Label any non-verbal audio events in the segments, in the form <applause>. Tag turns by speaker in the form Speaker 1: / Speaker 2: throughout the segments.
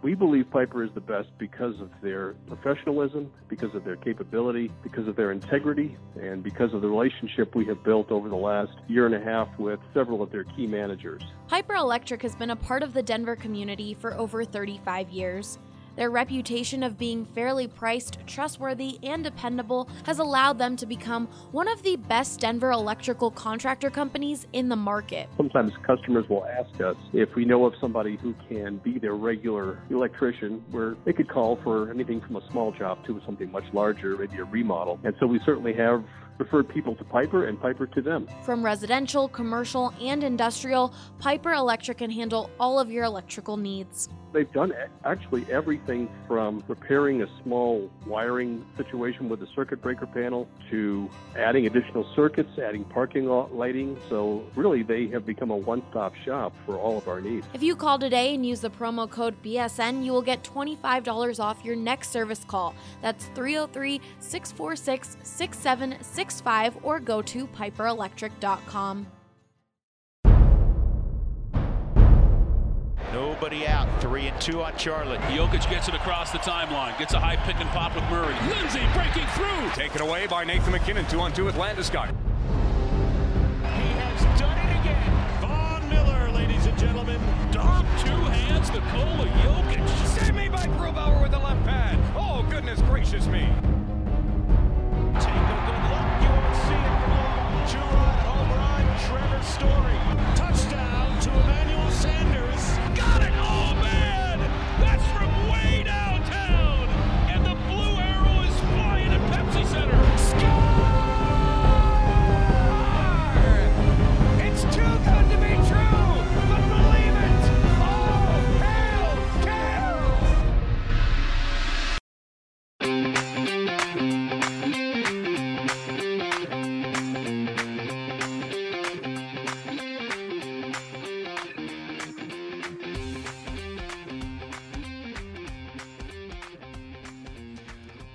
Speaker 1: We believe Piper is the best because of their professionalism, because of their capability, because of their integrity, and because of the relationship we have built over the last year and a half with several of their key managers.
Speaker 2: Piper Electric has been a part of the Denver community for over 35 years. Their reputation of being fairly priced, trustworthy, and dependable has allowed them to become one of the best Denver electrical contractor companies in the market.
Speaker 1: Sometimes customers will ask us if we know of somebody who can be their regular electrician, where they could call for anything from a small job to something much larger, maybe a remodel. And so we certainly have referred people to Piper and Piper to them.
Speaker 2: From residential, commercial, and industrial, Piper Electric can handle all of your electrical needs.
Speaker 1: They've done actually everything from repairing a small wiring situation with a circuit breaker panel to adding additional circuits, adding parking lighting. So, really, they have become a one stop shop for all of our needs.
Speaker 2: If you call today and use the promo code BSN, you will get $25 off your next service call. That's 303 646 6766 or go to piperelectric.com.
Speaker 3: Nobody out. Three and two on Charlotte.
Speaker 4: Jokic gets it across the timeline. Gets a high pick and pop with Murray. Lindsay breaking through.
Speaker 5: Taken away by Nathan McKinnon. Two on two with Landeskog.
Speaker 6: He has done it again. Vaughn Miller, ladies and gentlemen.
Speaker 4: Dom two hands Nikola Jokic.
Speaker 5: Save me by Grubauer with the left pad. Oh, goodness gracious me.
Speaker 6: Jurod home run, Trevor Story. Touchdown to Emmanuel Sanders.
Speaker 4: Got it! Oh, man! That's from way downtown! And the blue arrow is flying at Pepsi Center.
Speaker 6: Score!
Speaker 5: Ah, It's too good to be true, but believe it! Oh, hell, hell!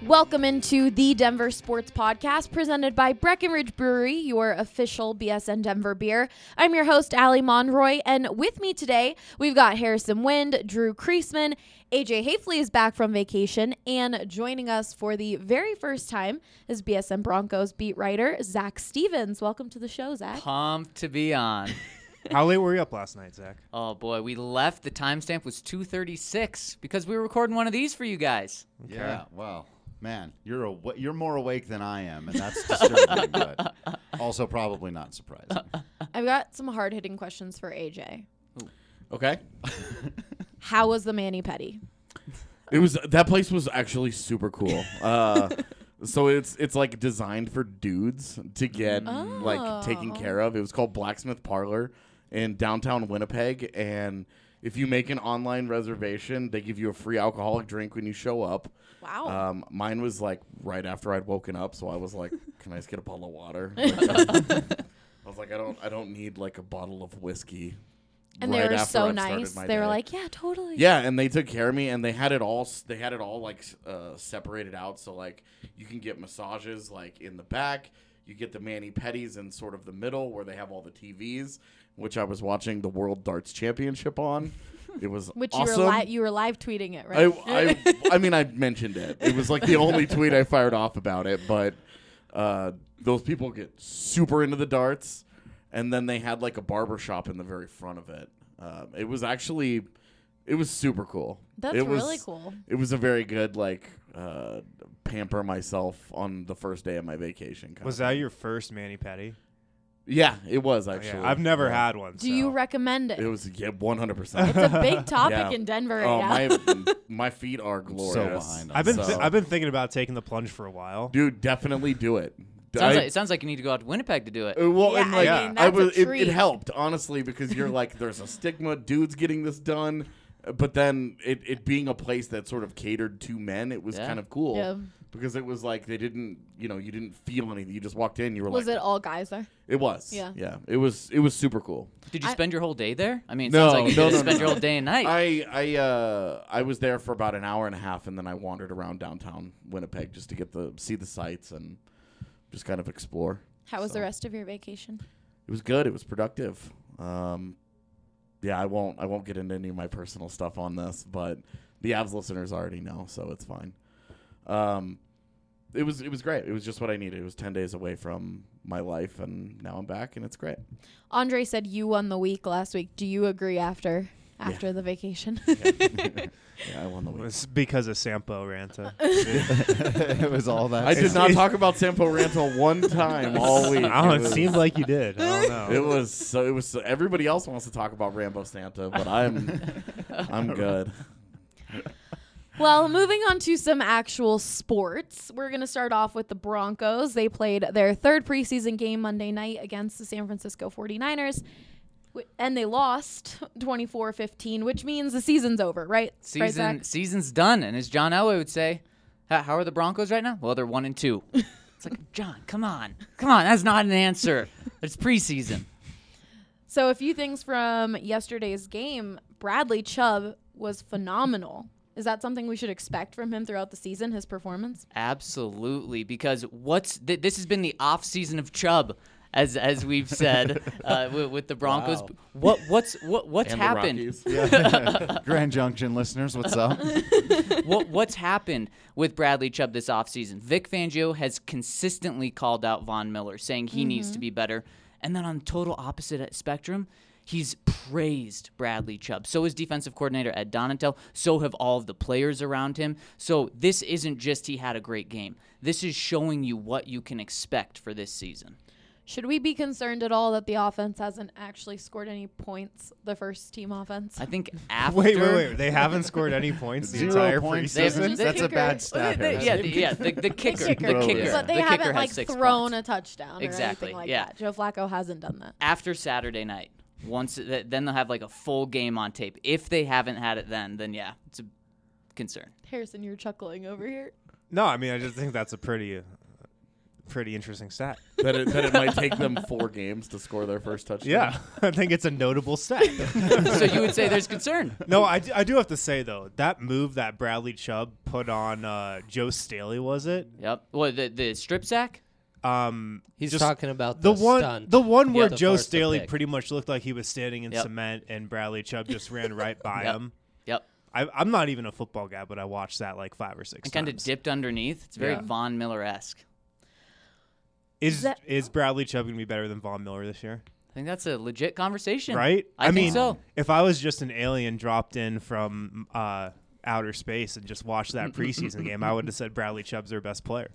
Speaker 2: Welcome into the Denver Sports Podcast presented by Breckenridge Brewery, your official BSN Denver beer. I'm your host, Ali Monroy, and with me today, we've got Harrison Wind, Drew Kreisman, AJ Hafley is back from vacation, and joining us for the very first time is BSN Broncos beat writer Zach Stevens. Welcome to the show, Zach.
Speaker 7: Pumped to be
Speaker 8: <laughs>
Speaker 7: on.
Speaker 9: How late were you up last night, Zach?
Speaker 7: Oh boy, we left. The timestamp was 2:36 because we were recording one of these for you guys.
Speaker 10: Okay. Yeah, well, man, you're aw- you're more awake than I am, and that's disturbing, but also probably not surprising.
Speaker 2: I've got some hard hitting questions for AJ.
Speaker 10: Ooh. Okay.
Speaker 2: How was the Manny Petty?
Speaker 8: It was that place was actually super cool. Uh, so it's it's like designed for dudes to get oh. like taken care of. It was called Blacksmith Parlor in downtown Winnipeg, and if you make an online reservation, they give you a free alcoholic drink when you show up.
Speaker 2: Wow.
Speaker 8: Um, mine was like right after I'd woken up, so I was like, "Can I just get a bottle of water?" uh, I was like, "I don't, I don't need like a bottle of whiskey."
Speaker 2: And right they were so I've nice. They day. were like, "Yeah, totally."
Speaker 8: Yeah, and they took care of me, and they had it all. They had it all like uh, separated out, so like you can get massages like in the back. You get the mani pedis in sort of the middle where they have all the TVs, which I was watching the World Darts Championship on. It was
Speaker 2: <laughs> which
Speaker 8: awesome.
Speaker 2: you were li- you were live tweeting it, right?
Speaker 8: I, I, I mean, I mentioned it. It was like the only tweet I fired off about it. But uh, those people get super into the darts, and then they had like a barber shop in the very front of it. Um, it was actually, it was super cool.
Speaker 2: That's
Speaker 8: it was,
Speaker 2: really cool.
Speaker 8: It was a very good like uh, pamper myself on the first day of my vacation.
Speaker 9: was that your first Manny Petty?
Speaker 8: Yeah, it was actually.
Speaker 9: Yeah, I've never yeah. had one.
Speaker 2: Do so. you recommend it?
Speaker 8: <laughs> It was yeah, one hundred percent.
Speaker 2: It's a big topic yeah. in Denver right
Speaker 8: oh,
Speaker 2: now. <laughs>
Speaker 8: my <laughs> my feet are glorious. So
Speaker 10: behind
Speaker 9: I've been
Speaker 10: so.
Speaker 9: th- I've been thinking about taking the plunge for a while.
Speaker 8: Dude, definitely do it.
Speaker 7: Sounds I, like, it sounds like you need to go out to Winnipeg to do it.
Speaker 8: Uh, well,
Speaker 2: yeah,
Speaker 8: and like,
Speaker 2: I mean, that's I was,
Speaker 8: it, it helped honestly because you're like, there's a stigma. Dudes getting this done but then it, it being a place that sort of catered to men, it was yeah. kind of cool
Speaker 2: yeah.
Speaker 8: because it was like they didn't, you know, you didn't feel anything. You just walked in, you were
Speaker 2: was
Speaker 8: like,
Speaker 2: it all guys there?
Speaker 8: It was,
Speaker 2: yeah,
Speaker 8: yeah. It was it was super cool.
Speaker 7: Did you I, spend your whole day there? I mean,
Speaker 8: no,
Speaker 7: like you
Speaker 8: no,
Speaker 7: no, spend
Speaker 8: no.
Speaker 7: your whole day and night.
Speaker 8: I I uh I was there for about an hour and a half, and then I wandered around downtown Winnipeg just to get the see the sights and just kind of explore.
Speaker 2: How was so. the rest of your vacation?
Speaker 8: It was good. It was productive. Um, yeah, I won't I won't get into any of my personal stuff on this, but the Avs listeners already know, so it's fine. Um, it was it was great. It was just what I needed. It was ten days away from my life, and now I'm back, and it's
Speaker 9: <laughs>
Speaker 8: great.
Speaker 2: Andre said you won the week last week. Do you agree after after the vacation?
Speaker 8: <laughs> Yeah, I won the week.
Speaker 9: It's because of Sampo Ranta.
Speaker 10: <laughs> it was all that.
Speaker 9: <laughs>
Speaker 8: I did not talk about Sampo Rantel one time all
Speaker 9: I
Speaker 8: week.
Speaker 9: don't know. It
Speaker 8: was-
Speaker 9: seemed like you did. I don't know.
Speaker 8: <laughs> It was so. It was so, everybody else wants to talk about Rambo Santa,
Speaker 9: <laughs>
Speaker 8: but I'm, I'm good.
Speaker 2: <laughs> Well, moving on to some actual sports, we're going to start off with the Broncos. They played their third preseason game Monday night against the San Francisco 49ers. w- And they lost 24 15, which means the season's over, right? Right,
Speaker 7: Season
Speaker 2: Zach?
Speaker 7: season's done, and as John Elway would say, "H- how are the Broncos right now? Well, they're one and two. it's like John, come on, come on. That's not an answer. It's preseason.
Speaker 2: So, a few things from yesterday's game Bradley Chubb was phenomenal. Is that something we should expect from him throughout the season, his performance?
Speaker 7: Absolutely, because what's th- this has been the off season of Chubb, as as we've said
Speaker 8: <laughs>
Speaker 7: uh, with, with the Broncos.
Speaker 8: Wow.
Speaker 7: What what's what what's
Speaker 8: And the
Speaker 7: happened?
Speaker 10: <laughs>
Speaker 8: Rockies.
Speaker 10: Grand Junction listeners,
Speaker 7: <laughs>
Speaker 10: what's up?
Speaker 7: what what's happened with Bradley Chubb this offseason? Vic Fangio has consistently called out Von Miller, saying he needs
Speaker 2: Mm-hmm.
Speaker 7: to be better. And then on the total opposite spectrum, he's praised Bradley Chubb. So is defensive coordinator Ed Donatel. So have all of the players around him. So this isn't just he had a great game. This is showing you what you can expect for this season.
Speaker 2: Should we be concerned at all that the offense hasn't actually scored any points, the first team offense?
Speaker 7: I think after
Speaker 9: <laughs> Wait, wait, wait. They haven't scored any points the
Speaker 10: Zero
Speaker 9: entire
Speaker 10: points.
Speaker 9: preseason.
Speaker 7: They have-
Speaker 10: That's a bad stat.
Speaker 7: They- <laughs> yeah, the, yeah,
Speaker 9: <laughs>
Speaker 7: the, the kicker, the
Speaker 2: kicker.
Speaker 7: kicker,
Speaker 10: Yeah.
Speaker 2: But they
Speaker 7: the kicker
Speaker 2: haven't
Speaker 7: has
Speaker 2: like
Speaker 7: six
Speaker 2: thrown
Speaker 7: points.
Speaker 2: a touchdown
Speaker 7: Exactly,
Speaker 2: or anything like
Speaker 7: yeah.
Speaker 2: that. Joe Flacco hasn't done that.
Speaker 7: after Saturday night. Once th- then they'll have like a full game on tape. If they haven't had it then, then yeah, it's a concern.
Speaker 2: Harrison, you're chuckling over here.
Speaker 9: No, I mean, I just think that's a pretty, uh, pretty interesting stat.
Speaker 8: that, it, that it might
Speaker 7: <laughs>
Speaker 8: take them four games to score their first touchdown.
Speaker 9: Yeah, <laughs> I think it's a notable stat.
Speaker 7: so you would say there's concern.
Speaker 9: no, I, d- I do have to say though that move that Bradley Chubb put on uh, Joe Staley was it?
Speaker 7: Yep. Well, the the strip sack.
Speaker 9: Um,
Speaker 11: He's
Speaker 9: just
Speaker 11: talking about
Speaker 9: the
Speaker 11: the,
Speaker 9: one,
Speaker 11: stunt.
Speaker 9: the one where
Speaker 11: to
Speaker 9: Joe
Speaker 11: force the
Speaker 9: Staley
Speaker 11: pick.
Speaker 9: pretty much looked like he was standing in
Speaker 7: Yep.
Speaker 9: cement, and Bradley Chubb
Speaker 2: <laughs>
Speaker 9: just ran right by
Speaker 7: Yep.
Speaker 9: him.
Speaker 7: Yep.
Speaker 9: I, I'm not even a football guy, but I watched that like five or six
Speaker 7: And kind of
Speaker 9: times.
Speaker 7: dipped underneath. It's very
Speaker 9: Yeah.
Speaker 7: Von Miller esque.
Speaker 9: Is
Speaker 2: That-
Speaker 9: is Bradley Chubb gonna be better than Von Miller this year?
Speaker 7: I think that's a legit conversation.
Speaker 9: Right?
Speaker 7: I, think
Speaker 9: mean,
Speaker 7: so.
Speaker 9: if I was just an alien dropped in from uh, outer space and just watched that preseason game, I would have said Bradley Chubb's their best player.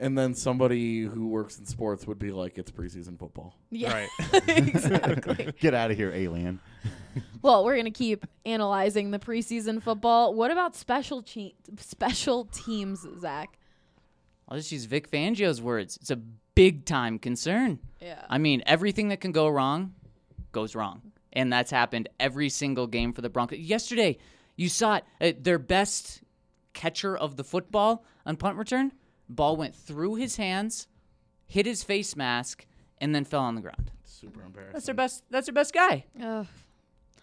Speaker 8: And then somebody who works in sports would be like, "It's preseason football."
Speaker 2: Yeah, <laughs>
Speaker 9: Right.
Speaker 2: exactly.
Speaker 10: Get out of here, alien.
Speaker 2: well, we're gonna keep analyzing the preseason football. What about special che- special teams, Zach?
Speaker 7: I'll just use Vic Fangio's words. It's a big time concern.
Speaker 2: Yeah.
Speaker 7: I mean, everything that can go wrong goes wrong. And that's happened every single game for the Broncos. Yesterday, you saw it. Uh, their best catcher of the football on punt return, ball went through his hands, hit his face mask, and then fell on the ground.
Speaker 8: Super
Speaker 7: That's
Speaker 8: embarrassing.
Speaker 7: their best that's their best guy.
Speaker 2: Ugh.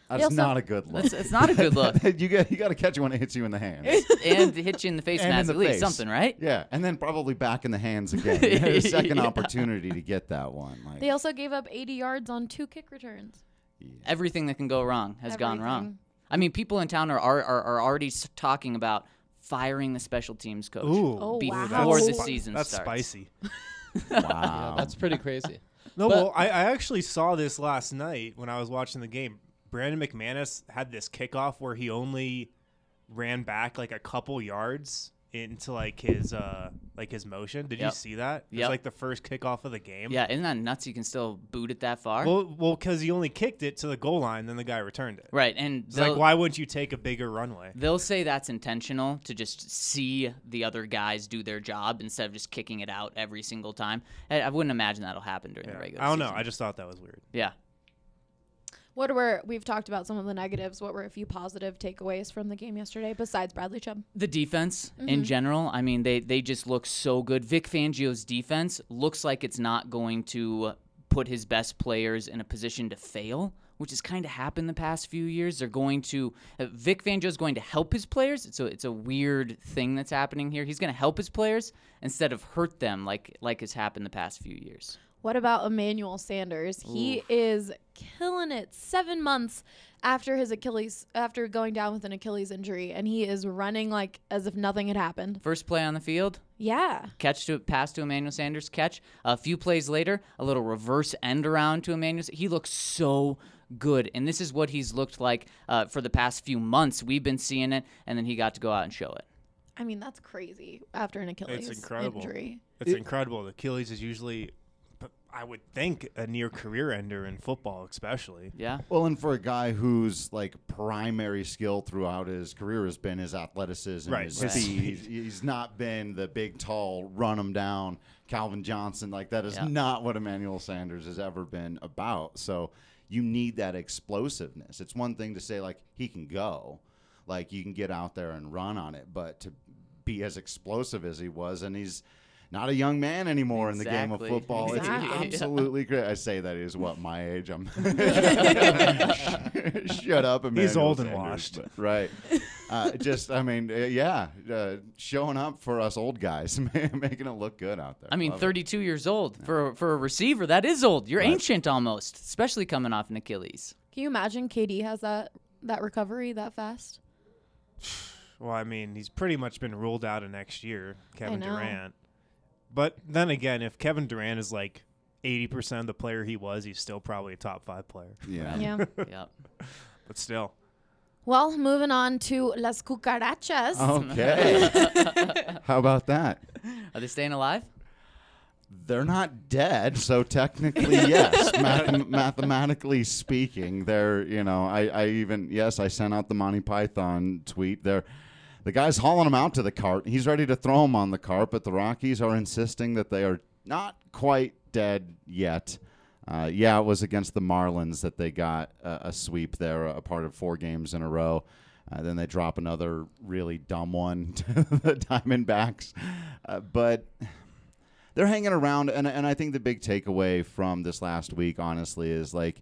Speaker 10: That's
Speaker 2: also-
Speaker 10: not a good look.
Speaker 7: That's, it's not a good look.
Speaker 10: <laughs> you got you got to catch it when it hits you in the hands.
Speaker 7: and hit you in the face
Speaker 10: And in
Speaker 7: mask
Speaker 10: the
Speaker 7: at least
Speaker 10: face.
Speaker 7: something, right?
Speaker 10: Yeah, and then probably back in the
Speaker 7: <laughs>
Speaker 10: hands again. You had a second opportunity to get that one. Like,
Speaker 2: They also gave up 80 yards on two kick returns.
Speaker 7: everything that can go wrong has gone wrong.
Speaker 2: Everything.
Speaker 7: I mean, people in town are are, are, are already s- talking about firing the special teams coach
Speaker 9: Ooh.
Speaker 2: Oh,
Speaker 7: before
Speaker 2: wow.
Speaker 7: the
Speaker 2: That's-
Speaker 7: season
Speaker 9: That's
Speaker 7: starts.
Speaker 9: spicy.
Speaker 10: wow.
Speaker 11: Yeah, that's pretty crazy.
Speaker 9: No,
Speaker 11: But-
Speaker 9: well, I, I actually saw this last night when I was watching the game. Brandon McManus had this kickoff where he only ran back like a couple yards into like his uh like his motion. Did you
Speaker 7: Yep.
Speaker 9: see that? It was
Speaker 7: Yep.
Speaker 9: like the first kickoff of the game.
Speaker 7: Yeah, isn't that nuts? You can still boot it that far,
Speaker 9: Well, well, because he only kicked it to the goal line, then the guy returned it.
Speaker 7: right? And
Speaker 9: It's
Speaker 7: they'll,
Speaker 9: like, why wouldn't you take a bigger runway?
Speaker 7: they'll say that's intentional to just see the other guys do their job instead of just kicking it out every single time. I, I wouldn't imagine that'll happen during the regular.
Speaker 9: I don't know.
Speaker 7: season.
Speaker 9: I just thought that was weird.
Speaker 7: yeah,
Speaker 2: What were we've talked about some of the negatives? What were a few positive takeaways from the game yesterday besides Bradley Chubb?
Speaker 7: the defense in general. I mean, they they just look so good. Vic Fangio's defense looks like it's not going to put his best players in a position to fail, which has kind of happened the past few years. They're going to uh, Vic Fangio's going to help his players. So it's a weird thing that's happening here. He's going to help his players instead of hurt them like like has happened the past few years.
Speaker 2: What about Emmanuel Sanders? He is killing it. Seven months after his Achilles, after going down with an Achilles injury, and he is running like as if nothing had happened.
Speaker 7: First play on the field,
Speaker 2: Yeah.
Speaker 7: catch to pass to Emmanuel Sanders, catch. A few plays later, a little reverse end around to Emmanuel. Sa- He looks so good, and this is what he's looked like uh, for the past few months. We've been seeing it, and then he got to go out and show it.
Speaker 2: I mean, that's crazy after an Achilles
Speaker 9: it's incredible.
Speaker 2: injury.
Speaker 9: It's incredible. The Achilles is usually, but I would think, a near career ender in football, especially.
Speaker 7: Yeah.
Speaker 10: Well, and for a guy whose like primary skill throughout his career has been his athleticism,
Speaker 9: Right,
Speaker 10: his
Speaker 9: his
Speaker 10: speed.
Speaker 9: speed.
Speaker 10: He's, he's not been the big, tall, run him down Calvin Johnson. Like that is
Speaker 7: Yeah.
Speaker 10: not what Emmanuel Sanders has ever been about. So you need that explosiveness. It's one thing to say like he can go, like you can get out there and run on it, but to be as explosive as he was, and he's. Not a young man anymore in the game of
Speaker 7: Exactly.
Speaker 10: football. It's
Speaker 7: Exactly. <laughs>
Speaker 10: absolutely great. I say that is what my age. I'm <laughs> Shut up, Emmanuel.
Speaker 9: He's old and
Speaker 10: Sanders,
Speaker 9: washed.
Speaker 7: <laughs>
Speaker 10: but- right. Uh, just, I mean, uh, yeah, uh, showing up for us old guys, <laughs> making it look good out there.
Speaker 7: I mean,
Speaker 10: Love it.
Speaker 7: 32 years old for for a receiver that is old. You're
Speaker 10: Right.
Speaker 7: ancient almost, especially coming off an Achilles.
Speaker 10: <laughs>
Speaker 2: Can you imagine KD has that that recovery that fast?
Speaker 9: Well, I mean, he's pretty much been ruled out of next year, Kevin
Speaker 2: know.
Speaker 9: Durant. But then again, if Kevin Durant is like 80% of the player he was, he's still probably a top five player.
Speaker 10: Yeah.
Speaker 2: Yeah.
Speaker 9: <laughs>
Speaker 7: yep.
Speaker 9: But still.
Speaker 2: Well, moving on to Las Cucarachas.
Speaker 9: Oh,
Speaker 7: <laughs>
Speaker 10: Okay. How about that?
Speaker 7: Are they staying alive?
Speaker 10: They're not dead, so technically, yes. Mathem- mathematically speaking, they're, you know, I, I even, yes, I sent out the Monty Python tweet. They're, the guy's hauling him out to the cart. He's ready to throw him on the cart, but the Rockies are insisting that they are not quite dead yet. Uh, yeah, it was against the Marlins that they got a, a sweep there, a part of four games in a row. Uh, then they drop another really dumb one <laughs> to the Diamondbacks. Uh, but they're hanging around and and I think the big takeaway from this last week honestly is like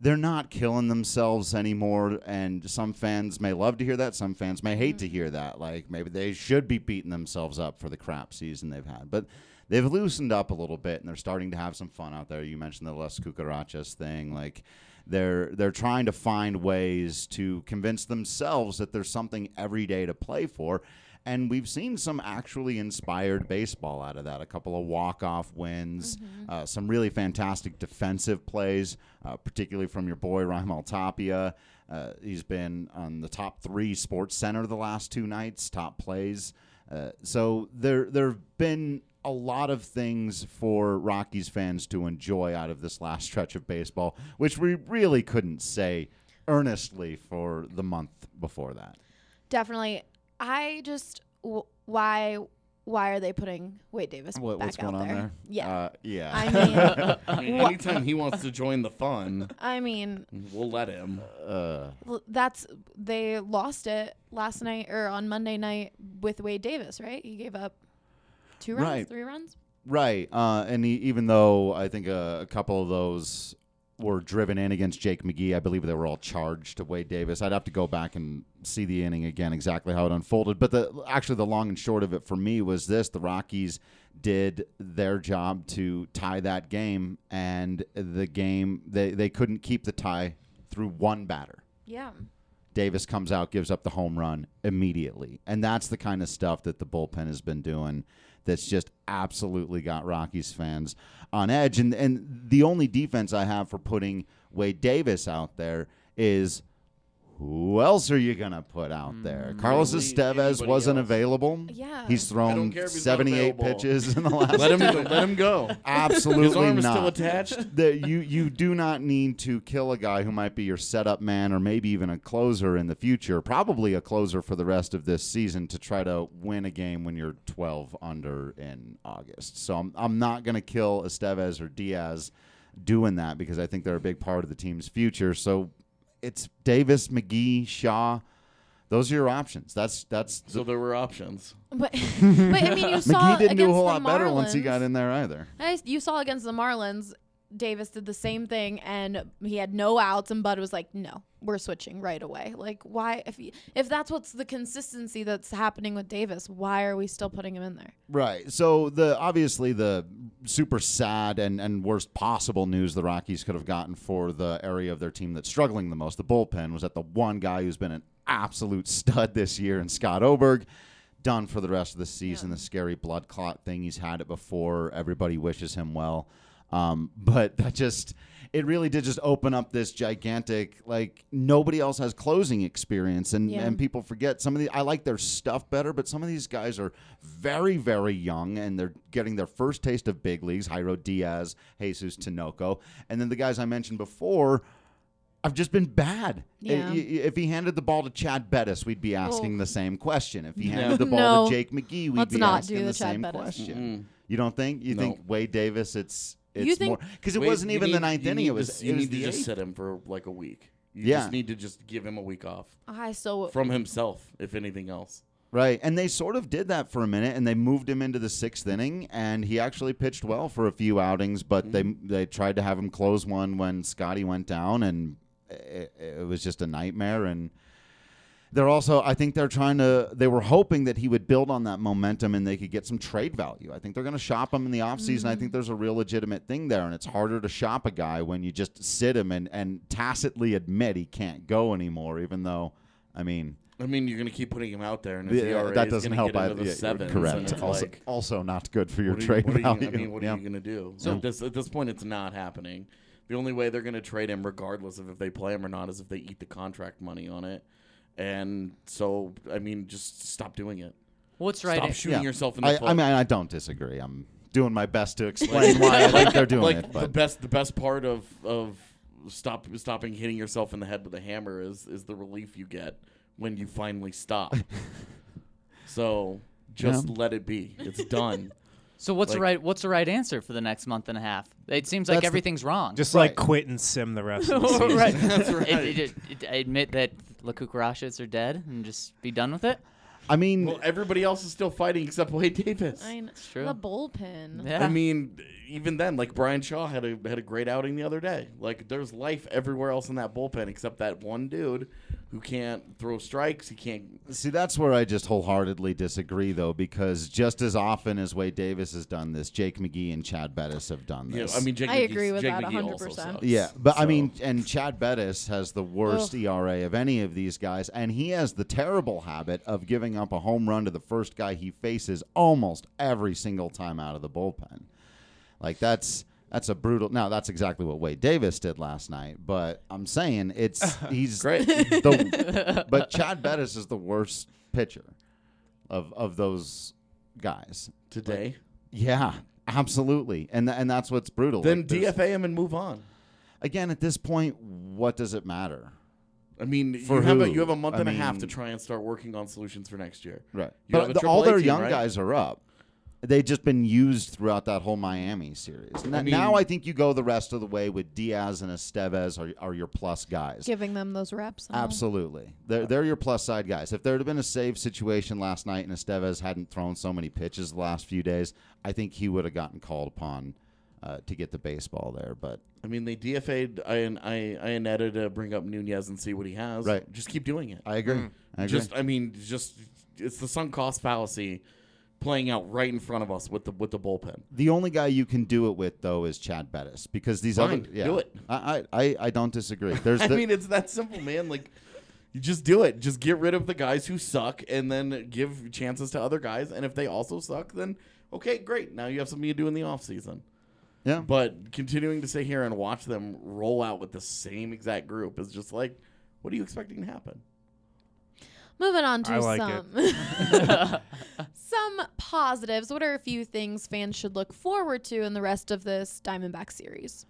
Speaker 10: they're not killing themselves anymore and some fans may love to hear that some fans may hate to hear that like maybe they should be beating themselves up for the crap season they've had but they've loosened up a little bit and they're starting to have some fun out there you mentioned the Las Cucarachas thing like they're they're trying to find ways to convince themselves that there's something every day to play for and we've seen some actually inspired baseball out of that. A couple of walk-off wins,
Speaker 2: Mm-hmm.
Speaker 10: uh, some really fantastic defensive plays, uh, particularly from your boy Raimel Tapia. Uh, he's been on the top three Sports Center the last two nights, top plays. Uh, so there, there have been a lot of things for Rockies fans to enjoy out of this last stretch of baseball, which we really couldn't say earnestly for the month before that.
Speaker 2: Definitely. I just w- why why are they putting Wade Davis
Speaker 10: What,
Speaker 2: back
Speaker 10: what's
Speaker 2: out
Speaker 10: going on
Speaker 2: there?
Speaker 10: there?
Speaker 2: Yeah.
Speaker 10: Uh, yeah.
Speaker 2: I
Speaker 10: <laughs>
Speaker 2: mean,
Speaker 8: I mean,
Speaker 2: Wha-
Speaker 8: <laughs> anytime he wants to join the fun,
Speaker 2: I mean,
Speaker 8: we'll let him.
Speaker 10: Uh,
Speaker 2: l- that's they lost it last night or on Monday night with Wade Davis, right? He gave up two runs,
Speaker 10: Right.
Speaker 2: three runs.
Speaker 10: right. Uh, and he, even though I think a, a couple of those were driven in against Jake McGee, I believe they were all charged to Wade Davis. I'd have to go back and see the inning again exactly how it unfolded. But the actually the long and short of it for me was this: the Rockies did their job to tie that game, and the game they they couldn't keep the tie through one batter.
Speaker 2: Yeah.
Speaker 10: Davis comes out, gives up the home run immediately. And that's the kind of stuff that the bullpen has been doing that's just absolutely got Rockies fans on edge. And and the only defense I have for putting Wade Davis out there is who else are you gonna put out there? Carlos
Speaker 8: Really
Speaker 10: Estevez
Speaker 8: anybody
Speaker 10: wasn't
Speaker 8: else.
Speaker 10: available.
Speaker 2: Yeah.
Speaker 10: He's
Speaker 8: I don't
Speaker 10: thrown
Speaker 8: care if he's not
Speaker 10: 78
Speaker 8: available. <laughs>
Speaker 10: pitches in the last
Speaker 8: Let him let him go.
Speaker 10: Absolutely
Speaker 8: His arm is
Speaker 10: not.
Speaker 8: still
Speaker 10: <laughs>
Speaker 8: attached.
Speaker 10: That you you do not need to kill a guy who might be your setup man or maybe even a closer in the future. Probably a closer for the rest of this season to try to win a game when you're 12 under in August. So I'm I'm not going to kill Estevez or Diaz doing that because I think they're a big part of the team's future. So it's Davis, McGee, Shaw. Those are your options. That's that's
Speaker 8: So there were options.
Speaker 10: <laughs>
Speaker 2: But, but I mean, you saw
Speaker 10: McGee didn't
Speaker 2: against
Speaker 10: do a whole
Speaker 2: the
Speaker 10: lot better once he
Speaker 2: Marlins-
Speaker 10: got in there either.
Speaker 2: I, you saw against the Marlins, Davis did the same thing, and he had no outs, and Bud was like, "No, we're switching right away. Like why if y- if that's what's the consistency that's happening with Davis, why are we still putting him in there?
Speaker 10: Right. So the obviously the super sad and, and worst possible news the Rockies could have gotten for the area of their team that's struggling the most, the bullpen, was that the one guy who's been an absolute stud this year in Scott Oberg, done for the rest of the season, the scary blood clot thing. He's had it before. Everybody wishes him well. Um, but that just it really did just open up this gigantic like nobody else has closing experience and,
Speaker 12: Yeah.
Speaker 10: and people forget some of the I like their stuff better, but some of these guys are very, very young and they're getting their first taste of big leagues, Jairo Diaz, Jesus Tinoco. And then the guys I mentioned before I've just been bad. I-
Speaker 2: Yeah.
Speaker 10: i- Eh, If he handed the ball to Chad Bettis, we'd be asking the same question. If he
Speaker 2: No. <laughs>
Speaker 10: handed the ball
Speaker 2: No.
Speaker 10: to Jake McGee, we'd
Speaker 2: Let's
Speaker 10: be
Speaker 2: not
Speaker 10: asking
Speaker 2: do
Speaker 10: the,
Speaker 2: the Chad
Speaker 10: same
Speaker 2: Bettis.
Speaker 10: question. You don't think? You
Speaker 8: No.
Speaker 10: think Wade Davis? It's it's
Speaker 2: You think-
Speaker 10: more because it
Speaker 8: Wait,
Speaker 10: wasn't
Speaker 8: you
Speaker 10: even the
Speaker 8: need-
Speaker 10: ninth
Speaker 8: you
Speaker 10: inning.
Speaker 8: need
Speaker 10: It was
Speaker 8: to-
Speaker 10: it
Speaker 8: you
Speaker 10: was
Speaker 8: need
Speaker 10: the
Speaker 8: to just
Speaker 10: eighth.
Speaker 8: sit him for like a week. You
Speaker 10: Yeah.
Speaker 8: just need to just give him a week off
Speaker 2: I so
Speaker 8: from himself, if anything else.
Speaker 10: Right, and they sort of did that for a minute, and they moved him into the sixth inning, and he actually pitched well for a few outings, but they they tried to have him close one when Scotty went down, and it, it was just a nightmare. And they're also, I think they're trying to, they were hoping that he would build on that momentum and they could get some trade value. I think they're going to shop him in the offseason. I think there's a real legitimate thing there, and it's harder to shop a guy when you just sit him and and tacitly admit he can't go anymore, even though, I mean.
Speaker 8: I mean, you're gonna keep putting him out there, and his
Speaker 10: Yeah,
Speaker 8: ERA
Speaker 10: that
Speaker 8: is
Speaker 10: doesn't
Speaker 8: gonna
Speaker 10: help
Speaker 8: get into
Speaker 10: either.
Speaker 8: the
Speaker 10: Yeah, you're
Speaker 8: sevens, and
Speaker 10: correct.
Speaker 8: it's
Speaker 10: also,
Speaker 8: like,
Speaker 10: also not good for your
Speaker 8: what are you-
Speaker 10: trade
Speaker 8: what are you gonna-
Speaker 10: value.
Speaker 8: I mean, what
Speaker 10: Yeah.
Speaker 8: are you gonna do?
Speaker 10: So-
Speaker 8: at this at this point, it's not happening. The only way they're gonna trade him, regardless of if they play him or not, is if they eat the contract money on it. And so, I mean, just stop doing it.
Speaker 7: What's right?
Speaker 8: Stop shooting
Speaker 10: Yeah.
Speaker 8: yourself in the
Speaker 10: I,
Speaker 8: foot.
Speaker 10: I mean, I don't disagree. I'm doing my
Speaker 8: <laughs>
Speaker 10: best to explain why I think they're doing
Speaker 8: like
Speaker 10: it,
Speaker 8: the
Speaker 10: but
Speaker 8: best the best part of of stop stopping hitting yourself in the head with a hammer is is the relief you get when you finally
Speaker 10: <laughs>
Speaker 8: stop. so just
Speaker 7: Yeah.
Speaker 8: let it be. It's done.
Speaker 7: So what's the
Speaker 8: Like-
Speaker 7: right? What's the right answer for the next month and a half? It seems like
Speaker 9: That's the-
Speaker 7: everything's wrong.
Speaker 9: Just like quit and sim the
Speaker 10: <laughs>
Speaker 9: rest of the season.
Speaker 7: right. It- it- it- admit that La Cucarachas are dead and just be done with it.
Speaker 10: I mean,
Speaker 8: well, everybody else is still fighting except Wade Davis.
Speaker 2: I know.
Speaker 8: It's true.
Speaker 2: The bullpen.
Speaker 8: I mean, even then, like Brian Shaw had a had a great outing the other day. Like there's life everywhere else in that bullpen except that one dude who can't throw strikes. He can't.
Speaker 10: see, that's where I just wholeheartedly disagree, though, because just as often as Wade Davis has done this, Jake McGee and Chad Bettis have done
Speaker 8: You know,
Speaker 10: this.
Speaker 8: I mean, Jake
Speaker 2: I
Speaker 8: McGee-
Speaker 2: agree with
Speaker 8: Jake
Speaker 2: that
Speaker 8: McGee also
Speaker 2: 100%.
Speaker 8: sucks.
Speaker 10: Yeah, but I
Speaker 8: So-
Speaker 10: mean, and Chad Bettis has the worst
Speaker 2: Ugh.
Speaker 10: ERA of any of these guys, and he has the terrible habit of giving up a home run to the first guy he faces almost every single time out of the bullpen. Like that's that's a brutal. Now that's exactly what Wade Davis did last night, but I'm saying
Speaker 8: <laughs>
Speaker 10: it's he's
Speaker 8: Great. <laughs>
Speaker 10: The, but Chad Bettis is the worst pitcher of of those guys
Speaker 8: Today?
Speaker 10: Like, yeah, absolutely, and tha- and that's what's brutal.
Speaker 8: Then
Speaker 10: Like, there's-
Speaker 8: DFA him and move on.
Speaker 10: again at this point what does it matter
Speaker 8: I mean,
Speaker 10: For
Speaker 8: you have a
Speaker 10: who?
Speaker 8: you have a month
Speaker 10: I
Speaker 8: and a half to
Speaker 10: mean-
Speaker 8: try and start working on solutions for next year.
Speaker 10: right
Speaker 8: You have
Speaker 10: but
Speaker 8: a
Speaker 10: the- all
Speaker 8: AAA
Speaker 10: their
Speaker 8: team,
Speaker 10: young
Speaker 8: right?
Speaker 10: guys are up they've just been used throughout that whole miami series N-
Speaker 8: I mean-
Speaker 10: now i think you go the rest of the way with diaz and estevez are, are your plus guys
Speaker 2: Giving them those reps. and all.
Speaker 10: Absolutely. They're, they're your plus side guys. If there had been a save situation last night and Estevez hadn't thrown so many pitches the last few days, I think he would have gotten called upon uh, to get the baseball there. But
Speaker 8: I mean, they DFA'd Ian Ian Etta to bring up Nunez and see what he has.
Speaker 10: Right.
Speaker 8: Just keep doing it.
Speaker 10: I agree.
Speaker 8: Mm.
Speaker 10: I agree.
Speaker 8: Just I mean, just it's the sunk cost fallacy playing out right in front of us with the with the bullpen.
Speaker 10: The only guy you can do it with though is Chad Bettis because these
Speaker 8: Fine,
Speaker 10: other yeah,
Speaker 8: do it.
Speaker 10: I, I I- I don't disagree. There's
Speaker 8: I
Speaker 10: the,
Speaker 8: mean, it's that simple, man. Like, you just do it. Just get rid of the guys who suck, and then give chances to other guys. And if they also suck, then okay, great. Now you have something to do in the off season.
Speaker 10: Yeah.
Speaker 8: But continuing to sit here and watch them roll out with the same exact group is just like, what are you expecting to happen?
Speaker 2: Moving on to
Speaker 8: I like
Speaker 2: some <laughs> some positives. What are a few things fans should look forward to in the rest of this Diamondback series?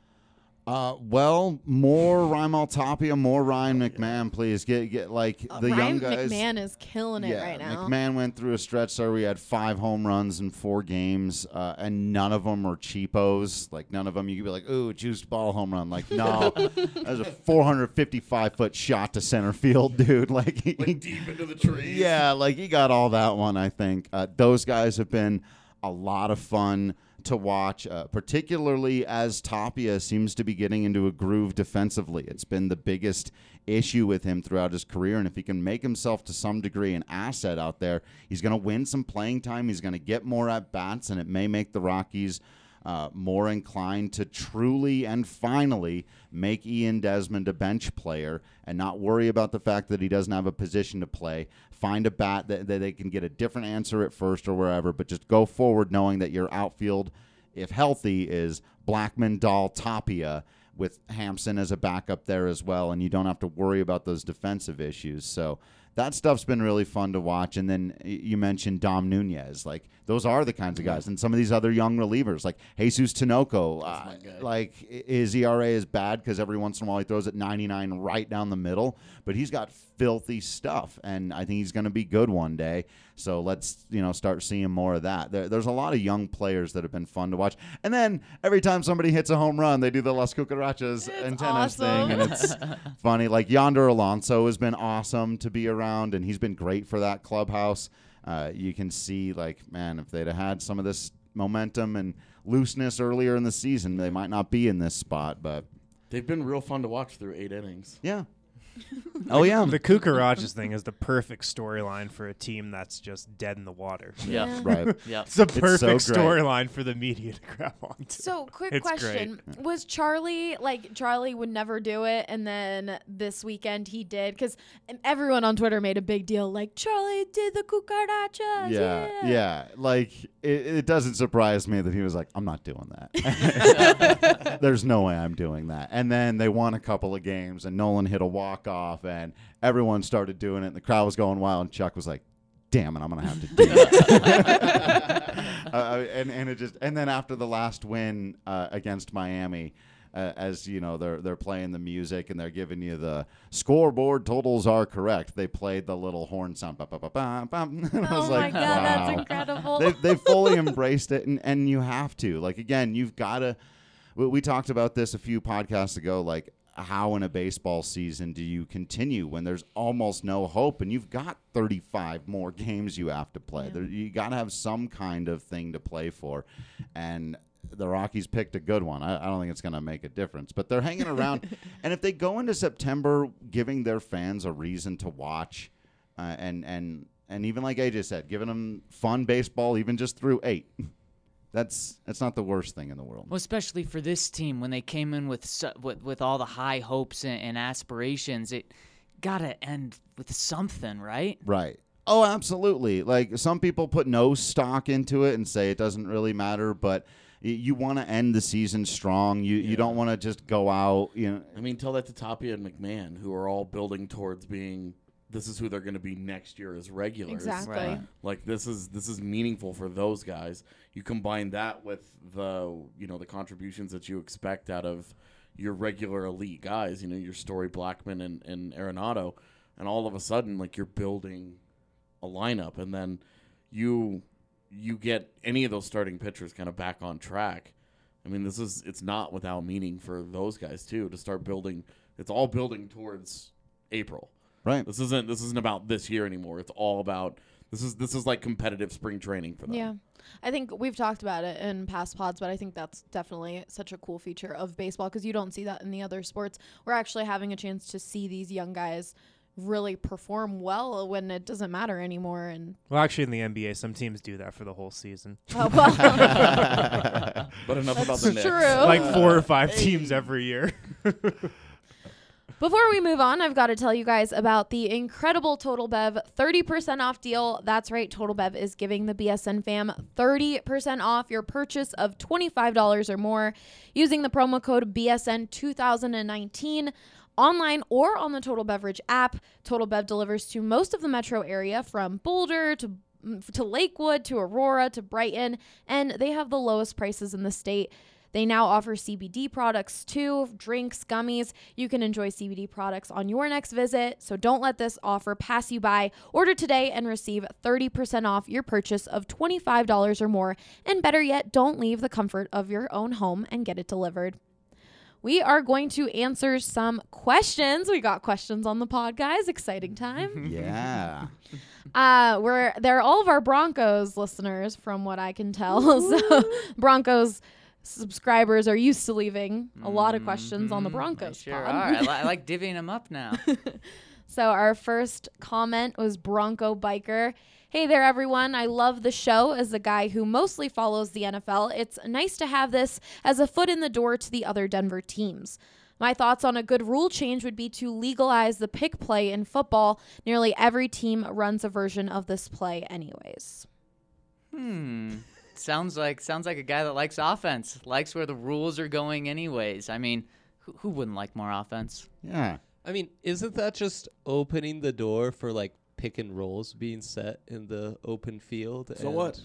Speaker 10: uh, well, more Rymal Tapia, more Ryan McMahon, please get get like the young
Speaker 2: Uh, Ryan
Speaker 10: guys.
Speaker 2: McMahon is killing it
Speaker 10: yeah,
Speaker 2: right now.
Speaker 10: McMahon went through a stretch there. We had five home runs in four games, uh, and none of them were cheapos. Like none of them, you could be like, "Ooh, juiced ball home run!" Like, no, Oh, <laughs> that was a 455 foot shot to center field, dude. <laughs> Like, he-
Speaker 8: Deep into the trees.
Speaker 10: yeah, like he got all that one, I think. Uh, those guys have been a lot of fun to watch, uh, particularly as Tapia seems to be getting into a groove defensively. It's been the biggest issue with him throughout his career, and if he can make himself to some degree an asset out there, he's going to win some playing time. He's going to get more at bats, and it may make the Rockies. Uh, more inclined to truly and finally make Ian Desmond a bench player and not worry about the fact that he doesn't have a position to play. Find a bat that, that they can get a different answer at first or wherever, but just go forward knowing that your outfield, if healthy, is Blackman, Dahl, Tapia, with Hampson as a backup there as well, and you don't have to worry about those defensive issues. So that stuff's been really fun to watch. And then y- you mentioned Dom Nunez. Like, those are the kinds of guys. And some of these other young relievers, like Jesus Tinoco, uh, like i- his ERA is bad because every once in a while he throws at 99 right down the middle, but he's got filthy stuff. And I think he's going to be good one day. So let's, you know, start seeing more of that. There, there's a lot of young players that have been fun to watch. And then every time somebody hits a home run, they do the Las Cucarachas antennas
Speaker 2: awesome.
Speaker 10: thing. And it's funny. Like Yonder Alonso has been awesome to be around, and he's been great for that clubhouse. Uh, you can see, like, man, if they'd have had some of this momentum and looseness earlier in the season, they might not be in this spot. But
Speaker 8: They've been real fun to watch through eight innings.
Speaker 10: yeah, <laughs> oh yeah,
Speaker 9: <laughs> the Cucarachas thing is the perfect storyline for a team that's just dead in the water.
Speaker 8: Yeah. Yeah. Right. Yeah.
Speaker 9: It's the
Speaker 8: It's so
Speaker 9: perfect
Speaker 8: great.
Speaker 9: storyline for the media to <laughs> grab onto.
Speaker 2: So, quick
Speaker 9: It's great.
Speaker 2: question: Was Charlie like Charlie would never do it, and then this weekend he did? Because everyone on Twitter made a big deal, like Charlie did the cucarachas.
Speaker 10: yeah, yeah. <laughs> Like, it, it doesn't surprise me that he was like, I'm not doing that. There's no way I'm doing that. And then they won a couple of games, and Nolan hit a walk off, and everyone started doing it, and the crowd was going wild, and Chuck was like, Damn it! I'm gonna have to do that. uh, and and it just and then after the last win uh, against Miami, uh, as you know they're they're playing the music and they're giving you the scoreboard totals are correct. They played the little horn sound. Ba, ba, ba, ba, ba. And I was
Speaker 2: Oh my
Speaker 10: like,
Speaker 2: God, that's
Speaker 10: wow.
Speaker 2: incredible.
Speaker 10: They, they fully embraced it, and, and you have to. Like again, you've got to. We, we talked about this a few podcasts ago. Like how in a baseball season do you continue when there's almost no hope and you've got 35 more <laughs> games you have to play? There, you got to have some kind of thing to play for, and the Rockies picked a good one. I, I don't think it's going to make a difference, but they're hanging around. and if they go into September giving their fans a reason to watch, uh, and and and even like AJ said, giving them fun baseball, even just through eight. <laughs> That's that's not the worst thing in the world.
Speaker 7: Well, especially for this team when they came in with su- with, with all the high hopes and, and aspirations, it gotta end with something, right?
Speaker 10: Right. Oh, absolutely. Like some people put no stock into it and say it doesn't really matter, but y- you want to end the season strong. You you don't want to just go out. You know,
Speaker 8: I mean, tell that to Tapia and McMahon, who are all building towards being. This is who they're going to be next year as regulars.
Speaker 2: Exactly. Right.
Speaker 8: Like this is this is meaningful for those guys. You combine that with the you know the contributions that you expect out of your regular elite guys. You know your Story Blackman and and Arenado, and all of a sudden like you're building a lineup, and then you you get any of those starting pitchers kind of back on track. I mean, this is it's not without meaning for those guys too to start building. It's all building towards April.
Speaker 10: Right.
Speaker 8: This isn't this isn't about this year anymore. It's all about this is this is like competitive spring training for them.
Speaker 2: Yeah. I think we've talked about it in past pods, but I think that's definitely such a cool feature of baseball because you don't see that in the other sports. We're actually having a chance to see these young guys really perform well when it doesn't matter anymore. And
Speaker 9: Well, actually, in the NBA, some teams do that for the whole season.
Speaker 8: <laughs>
Speaker 2: Oh, well.
Speaker 8: But enough about
Speaker 9: That's
Speaker 8: the Knicks. true.
Speaker 9: Like four or five
Speaker 8: Hey.
Speaker 9: teams every year.
Speaker 2: Before we move on, I've got to tell you guys about the incredible Total Bev 30% off deal. That's right, Total Bev is giving the BSN fam 30% off your purchase of $25 or more using the promo code BSN2019 online or on the Total Beverage app. Total Bev delivers to most of the metro area from Boulder to mm, to Lakewood, to Aurora, to Brighton, and they have the lowest prices in the state. They now offer CBD products too, drinks, gummies. You can enjoy CBD products on your next visit. So don't let this offer pass you by. Order today and receive 30% off your purchase of $25 or more. And better yet, don't leave the comfort of your own home and get it delivered. we are going to answer some questions. We got questions on the pod, guys.
Speaker 7: <laughs>
Speaker 2: Exciting time.
Speaker 10: Yeah.
Speaker 2: Uh, we're they're all of our Broncos listeners, from what I can tell. <laughs> so Broncos subscribers are used to leaving a lot of questions on the Broncos.
Speaker 7: Sure
Speaker 2: pod.
Speaker 7: are. I, li- I like divvying them up now.
Speaker 2: So our first comment was Bronco Biker. Hey there, everyone. I love the show as a guy who mostly follows the NFL. It's nice to have this as a foot in the door to the other Denver teams. My thoughts on a good rule change would be to legalize the pick play in football. Nearly every team runs a version of this play, anyways.
Speaker 7: Hmm. sounds like sounds like a guy that likes offense, likes where the rules are going. Anyways, I mean, who, who wouldn't like more offense?
Speaker 10: Yeah.
Speaker 11: I mean, isn't that just opening the door for like pick and rolls being set in the open field?
Speaker 7: So
Speaker 11: and
Speaker 7: what?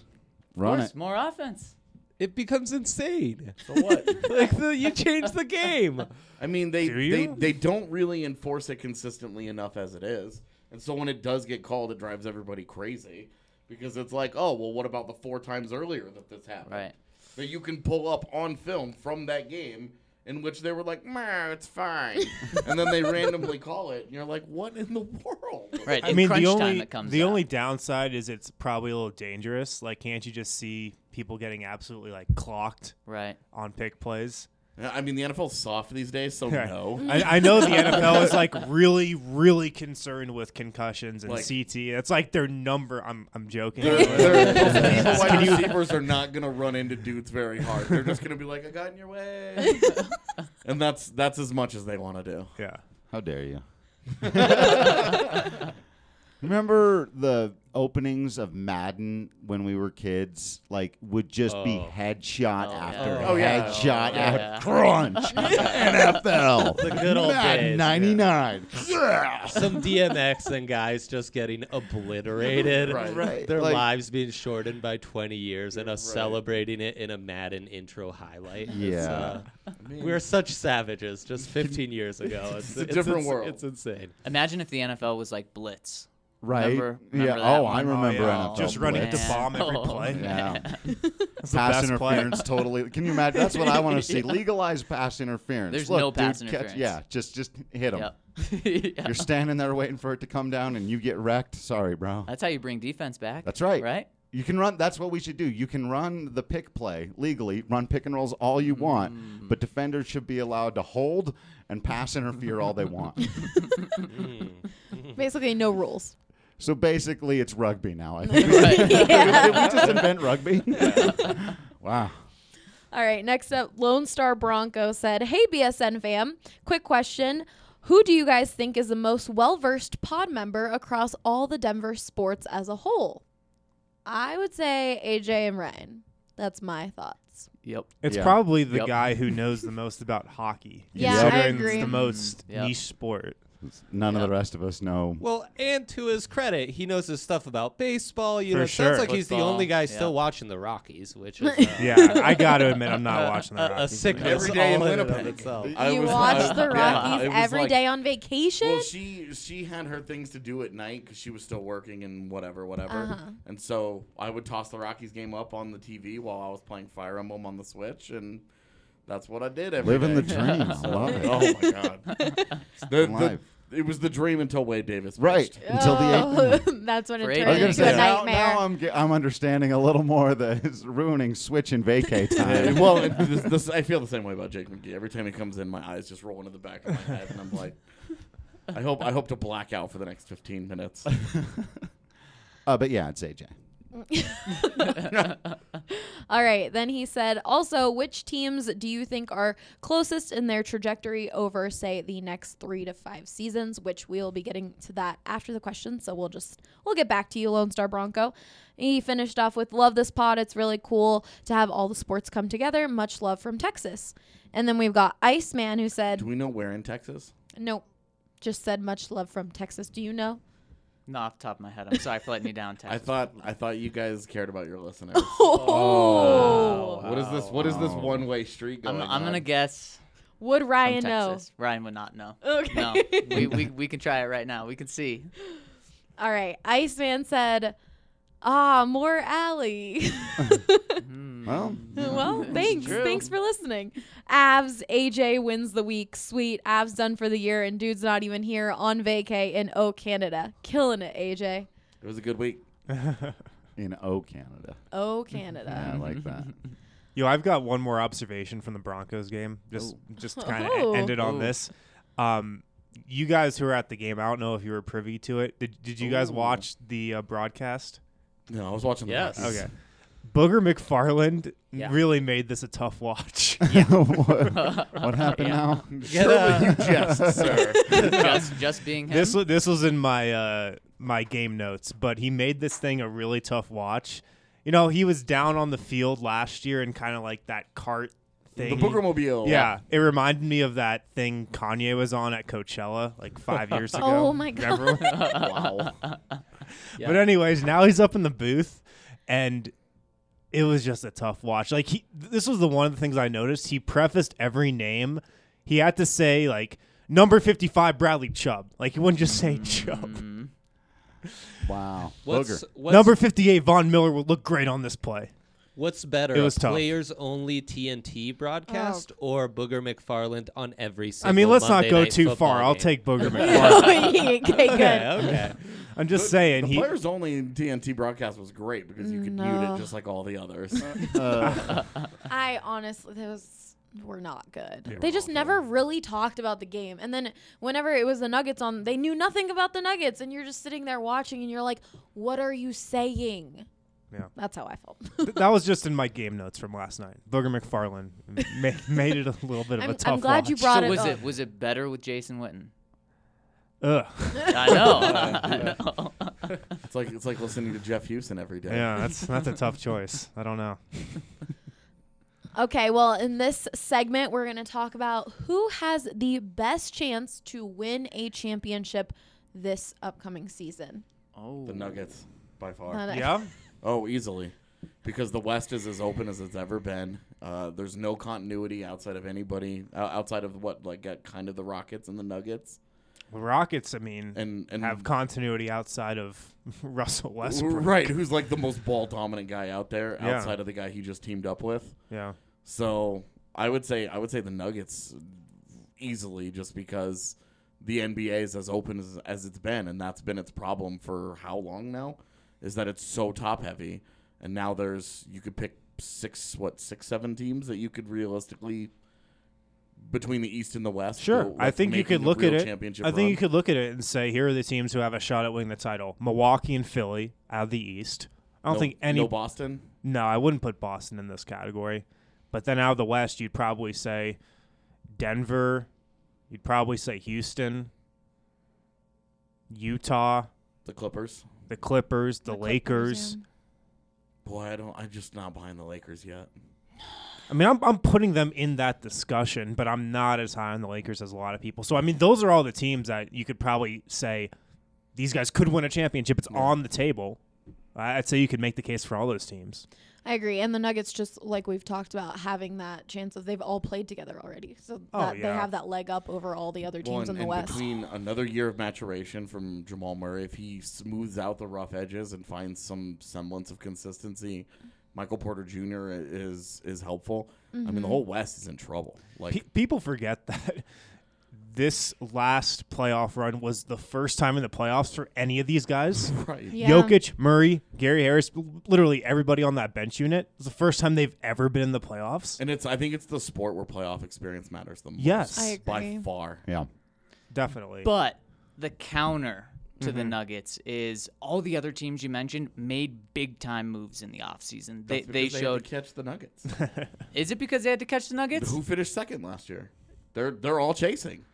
Speaker 10: Run
Speaker 7: Worse, More offense.
Speaker 11: It becomes insane.
Speaker 8: So what?
Speaker 11: <laughs> like the, you change the game.
Speaker 8: I mean, they,
Speaker 11: Do
Speaker 8: they
Speaker 11: you?
Speaker 8: they don't really enforce it consistently enough as it is, and so when it does get called, it drives everybody crazy because it's like, oh well, what about the four times earlier that this happened?
Speaker 7: Right.
Speaker 8: That you can pull up on film from that game in which they were like, "Meh, it's fine," and then they randomly call it, and you're like, what in the world?
Speaker 7: Right.
Speaker 9: I
Speaker 7: in
Speaker 9: mean,
Speaker 7: crunch
Speaker 9: the only
Speaker 7: time it comes
Speaker 9: the
Speaker 7: out.
Speaker 9: only downside is it's probably a little dangerous. Like, can't you just see people getting absolutely like clocked
Speaker 7: right
Speaker 9: on pick plays? <laughs>
Speaker 8: I mean, the NFL's soft these days, so
Speaker 9: Yeah.
Speaker 8: no.
Speaker 9: I, I know the NFL is like really, really concerned with concussions and
Speaker 8: Like-
Speaker 9: CT. That's like their number. I'm, I'm joking.
Speaker 7: <laughs>
Speaker 8: They're, they're, these
Speaker 9: Can
Speaker 8: wide
Speaker 9: you-
Speaker 8: receivers are not going to run into dudes very hard. They're just going to be like, "I got in
Speaker 7: <laughs>
Speaker 8: your way," and that's that's as much as they want to do.
Speaker 9: Yeah.
Speaker 10: How dare you? Remember the openings of Madden when we were kids? Like, would just be
Speaker 11: Oh.
Speaker 10: headshot <laughs> after
Speaker 11: yeah. Oh, yeah.
Speaker 10: headshot
Speaker 11: Oh,
Speaker 10: after
Speaker 11: yeah.
Speaker 10: crunch. NFL.
Speaker 11: The good old
Speaker 10: Madden
Speaker 11: days,
Speaker 10: 99.
Speaker 11: Some DMX and guys just getting obliterated.
Speaker 8: Right. Right.
Speaker 11: Their
Speaker 10: Like-
Speaker 11: lives being shortened by 20 years and us celebrating it in a Madden intro highlight. It's,
Speaker 10: Yeah.
Speaker 11: uh,
Speaker 8: I mean-
Speaker 11: we were such savages just 15 years ago. It's,
Speaker 8: a different
Speaker 11: ins-
Speaker 8: world.
Speaker 11: It's insane.
Speaker 7: Imagine if the NFL was like blitz.
Speaker 10: Right?
Speaker 7: Remember- remember
Speaker 10: yeah.
Speaker 7: that
Speaker 10: Oh, I
Speaker 7: one?
Speaker 10: remember
Speaker 9: Oh, yeah.
Speaker 10: NFL.
Speaker 9: Just running
Speaker 10: blitz.
Speaker 9: to bomb every
Speaker 7: Oh,
Speaker 9: play.
Speaker 7: <laughs>
Speaker 10: Yeah.
Speaker 9: That's the
Speaker 10: pass
Speaker 9: best play.
Speaker 10: interference um, totally. Can you imagine? That's what I want
Speaker 7: <laughs>
Speaker 10: to see. Legalize pass interference.
Speaker 7: There's
Speaker 10: Look,
Speaker 7: no pass
Speaker 10: dude,
Speaker 7: interference.
Speaker 10: Catch, yeah, just just hit them.
Speaker 7: Yep. Yeah.
Speaker 10: You're standing there waiting for it to come down, and you get wrecked. Sorry, bro.
Speaker 7: That's how you bring defense back.
Speaker 10: That's right.
Speaker 7: Right.
Speaker 10: You can run. That's what we should do. You can run the pick play legally. Run pick and rolls all you want,
Speaker 7: Mm.
Speaker 10: but defenders should be allowed to hold and pass interfere all they want.
Speaker 7: <laughs>
Speaker 2: Basically, no rules.
Speaker 10: so basically, it's rugby
Speaker 7: <laughs>
Speaker 10: now. I think.
Speaker 7: Right.
Speaker 10: <laughs> Did we just
Speaker 7: <laughs>
Speaker 10: invent rugby? <laughs> wow.
Speaker 2: All right, next up, Lone Star Bronco said, Hey, BSN fam, quick question. Who do you guys think is the most well versed pod member across all the Denver sports as a whole? I would say AJ and Ryan. That's my thoughts.
Speaker 7: Yep.
Speaker 9: It's
Speaker 10: Yeah.
Speaker 9: probably the
Speaker 7: Yep.
Speaker 9: guy who knows the most about hockey.
Speaker 10: Yeah, I
Speaker 9: considering
Speaker 2: agree.
Speaker 9: It's the most
Speaker 7: Mm, yep.
Speaker 9: niche sport.
Speaker 10: None of the rest of us know.
Speaker 11: Well, and to his credit, he knows his stuff about baseball. You
Speaker 9: For
Speaker 11: know,
Speaker 9: sure.
Speaker 11: sounds like he's the
Speaker 7: Football,
Speaker 11: only guy
Speaker 7: yeah.
Speaker 11: still watching the Rockies, which is uh,
Speaker 9: <laughs> Yeah, I got to admit,
Speaker 11: <laughs>
Speaker 9: I'm not watching
Speaker 11: a-
Speaker 9: the
Speaker 11: a
Speaker 9: Rockies.
Speaker 11: sickness.
Speaker 8: Every
Speaker 11: It's
Speaker 8: day in
Speaker 11: all in and of
Speaker 8: Winnipeg.
Speaker 11: itself.
Speaker 2: you
Speaker 8: was-
Speaker 2: watch
Speaker 8: I-
Speaker 2: the
Speaker 8: yeah,
Speaker 2: Rockies every
Speaker 8: it
Speaker 2: day
Speaker 8: was like-
Speaker 2: on vacation?
Speaker 8: Well, she she had her things to do at night because she was still working and whatever, whatever.
Speaker 2: Uh-huh.
Speaker 8: And so I would toss the Rockies game up on the TV while I was playing Fire Emblem on the Switch, and that's what I did every
Speaker 11: <laughs>
Speaker 10: Living the
Speaker 8: day.
Speaker 10: dream. I
Speaker 8: So- <laughs>
Speaker 10: love it.
Speaker 8: Oh my
Speaker 10: <laughs>
Speaker 8: god. The- the-
Speaker 10: Live.
Speaker 8: it was the dream until Wade Davis.
Speaker 10: Right.
Speaker 8: pitched.
Speaker 10: Until
Speaker 2: Oh,
Speaker 10: the eighth.
Speaker 2: <laughs> that's when it
Speaker 7: For
Speaker 2: turned
Speaker 7: I was
Speaker 2: into
Speaker 7: gonna
Speaker 2: a
Speaker 7: say,
Speaker 10: now,
Speaker 2: nightmare.
Speaker 10: now I'm, ge- I'm understanding a little more the it's ruining switch and vacay time.
Speaker 8: well, it- this, this, I feel the same way about Jake McGee. Every time he comes in, my eyes just roll into the back of my head, and I'm like, I hope I hope to black out for the next 15 minutes.
Speaker 10: uh, but yeah, it's AJ.
Speaker 2: All right. Then he said, also, which teams do you think are closest in their trajectory over, say, the next three to five seasons? Which we'll be getting to that after the question. So we'll just, we'll get back to you, Lone Star Bronco. He finished off with, love this pod. It's really cool to have all the sports come together. Much love from Texas. And then we've got Iceman who
Speaker 8: Do
Speaker 2: said,
Speaker 8: we know where in Texas?
Speaker 2: nope, just said much love from Texas. Do you know?
Speaker 7: Not off the top of my head. I'm sorry for letting you down, Texas.
Speaker 8: I thought I thought you guys cared about your listeners.
Speaker 2: Oh.
Speaker 8: What is this? What is this one way street going
Speaker 7: I'm, I'm
Speaker 8: on?
Speaker 7: gonna guess
Speaker 2: Would
Speaker 7: from
Speaker 2: Ryan know?
Speaker 7: Texas. Ryan would not know.
Speaker 2: Okay. <laughs>
Speaker 7: No. We, we we can try it right now. We can see.
Speaker 2: All right. Iceman said, ah, more alley.
Speaker 10: Well,
Speaker 2: <laughs> well, thanks. Thanks for listening. Avs AJ wins the week. Sweet. Avs done for the year, and dude's not even here on vacay in O Canada. Killing it, AJ.
Speaker 8: It was a good week.
Speaker 10: in O Canada.
Speaker 2: O Canada.
Speaker 10: Yeah, I like that.
Speaker 9: Yo, I've got one more observation from the Broncos game. Just
Speaker 8: <laughs>
Speaker 9: just kind of
Speaker 2: Oh.
Speaker 9: ended on
Speaker 2: Ooh.
Speaker 9: this. Um, you guys who were at the game, I don't know if you were privy to it. Did Did you guys
Speaker 8: Ooh.
Speaker 9: watch the uh, broadcast?
Speaker 8: No, I was watching the Yes. Rockies.
Speaker 9: Okay. Booger McFarland
Speaker 8: Yeah.
Speaker 9: really made this a tough
Speaker 8: <laughs>
Speaker 9: watch.
Speaker 10: what, what happened now?
Speaker 9: Surely you
Speaker 8: <laughs>
Speaker 7: jest, sir. Just- just being him?
Speaker 9: This was this was in my uh, my game notes, but he made this thing a really tough watch. You know, he was down on the field last year and kind of like that cart thing.
Speaker 8: The Boogermobile.
Speaker 9: Yeah, it reminded me of that thing Kanye was on at Coachella like five years
Speaker 2: <laughs>
Speaker 9: ago.
Speaker 2: Oh my
Speaker 9: Remember? <laughs>
Speaker 2: God. Wow. <laughs> Yeah.
Speaker 9: But anyways, now he's up in the booth, and it was just a tough watch. Like he, this was the one of the things I noticed. He prefaced every name. He had to say like number fifty-five Bradley Chubb. Like he wouldn't just
Speaker 2: Mm.
Speaker 9: say Chubb.
Speaker 10: Wow.
Speaker 11: What's- Booger. what's-
Speaker 9: number fifty-eight Von Miller would look great on this play.
Speaker 11: What's better,
Speaker 9: It was
Speaker 11: a
Speaker 9: tough.
Speaker 11: players only TNT broadcast or Booger McFarland on every single
Speaker 9: I mean, let's
Speaker 11: Monday
Speaker 9: not go
Speaker 11: night
Speaker 9: too
Speaker 11: football
Speaker 9: far. I'll
Speaker 11: game? <laughs>
Speaker 9: take Booger
Speaker 2: <laughs>
Speaker 8: McFarland.
Speaker 9: Okay, good.
Speaker 11: okay.
Speaker 9: I'm just
Speaker 8: The-
Speaker 9: saying
Speaker 8: The
Speaker 9: he-
Speaker 8: players only TNT broadcast was great because you could mute
Speaker 2: No.
Speaker 8: it just like all the others.
Speaker 2: I honestly, those were not good.
Speaker 8: They
Speaker 2: They,
Speaker 8: were
Speaker 2: just never really talked about the game. And then whenever it was the Nuggets on, they knew nothing about the Nuggets. And you're just sitting there watching and you're like, what are you saying?
Speaker 9: Yeah.
Speaker 2: That's how I felt. <laughs>
Speaker 9: Th- that was just in my game notes from last night. Booger McFarland ma- <laughs> made it a little bit of a
Speaker 2: I'm-
Speaker 9: tough
Speaker 2: I'm glad
Speaker 9: watch.
Speaker 2: you brought
Speaker 7: so
Speaker 2: it
Speaker 7: was
Speaker 2: up.
Speaker 7: it was it better with Jason Witten?
Speaker 9: Ugh.
Speaker 7: I know. <laughs> I know.
Speaker 8: it's like it's like listening to Jeff Houston every day.
Speaker 9: Yeah, that's that's a tough choice. I
Speaker 2: <laughs>
Speaker 9: don't know.
Speaker 2: Okay, well, in this segment, we're going to talk about who has the best chance to win a championship this upcoming season.
Speaker 8: Oh, the Nuggets by
Speaker 2: Uh,
Speaker 8: far.
Speaker 2: that- Yeah?
Speaker 8: Oh, easily, because the West is as open as it's ever been. Uh, there's no continuity outside of anybody o- outside of what like got kind of the Rockets and the Nuggets.
Speaker 9: The Rockets, I mean,
Speaker 8: and,
Speaker 9: have continuity outside of <laughs> Russell Westbrook.
Speaker 8: Right, who's like the most ball dominant guy out there
Speaker 9: Yeah.
Speaker 8: outside of the guy he just teamed up with.
Speaker 9: Yeah.
Speaker 8: So I would say I would say the Nuggets easily just because the NBA is as open as, as it's been, and that's been its problem for how long now? Is that it's so top heavy and now there's you could pick six what, six, seven teams that you could realistically between the East and the West.
Speaker 9: Sure,
Speaker 8: go
Speaker 9: I
Speaker 8: with
Speaker 9: think you
Speaker 8: making
Speaker 9: could
Speaker 8: a
Speaker 9: look at
Speaker 8: real
Speaker 9: it. I
Speaker 8: Championship
Speaker 9: think
Speaker 8: run.
Speaker 9: you could look at it and say, here are the teams who have a shot at winning the title: Milwaukee and Philly out of the East. I don't
Speaker 8: No-
Speaker 9: think any
Speaker 8: no Boston?
Speaker 9: No, I wouldn't put Boston in this category. But then out of the West, you'd probably say Denver. You'd probably say Houston, Utah,
Speaker 8: the Clippers,
Speaker 9: the Clippers, the, Lakers.
Speaker 8: Boy, I don't I'm just not buying the Lakers yet.
Speaker 9: I mean, I'm, I'm putting them in that discussion, but I'm not as high on the Lakers as a lot of people. So, I mean, those are all the teams that you could probably say these guys could win a championship. It's on the table. I- I'd say you could make the case for all those teams.
Speaker 2: I agree. And the Nuggets, just like we've talked about, having that chance of they've all played together already. So
Speaker 8: Oh,
Speaker 2: that they
Speaker 8: yeah.
Speaker 2: have that leg up over all the other
Speaker 8: Well,
Speaker 2: teams
Speaker 8: and-
Speaker 2: in the
Speaker 8: and
Speaker 2: West.
Speaker 8: Between another year of maturation from Jamal Murray, if he smooths out the rough edges and finds some semblance of consistency, Michael Porter Jr. i- is is helpful. I mean, the
Speaker 2: Mm-hmm.
Speaker 9: Mhm.
Speaker 8: whole West is in trouble. Like,
Speaker 9: Pe- people forget that this last playoff run was the first time in the playoffs for any of these <laughs> guys.
Speaker 8: Right.
Speaker 5: Yeah.
Speaker 9: Jokic, Murray, Gary Harris, l- literally everybody on that bench unit. It's the first time they've ever been in the playoffs.
Speaker 8: and it's I think it's the sport where playoff experience matters the most.
Speaker 9: Yes. I
Speaker 8: by
Speaker 9: agree.
Speaker 8: far.
Speaker 10: Yeah,
Speaker 9: Definitely.
Speaker 7: But the counter to the
Speaker 9: Mhm.
Speaker 7: Nuggets is all the other teams you mentioned made big time moves in the offseason. They
Speaker 8: That's
Speaker 7: they
Speaker 8: because had to
Speaker 7: showed
Speaker 8: catch the Nuggets.
Speaker 7: Is it because they had to catch the Nuggets?
Speaker 8: Who finished second last year? They're they're all chasing.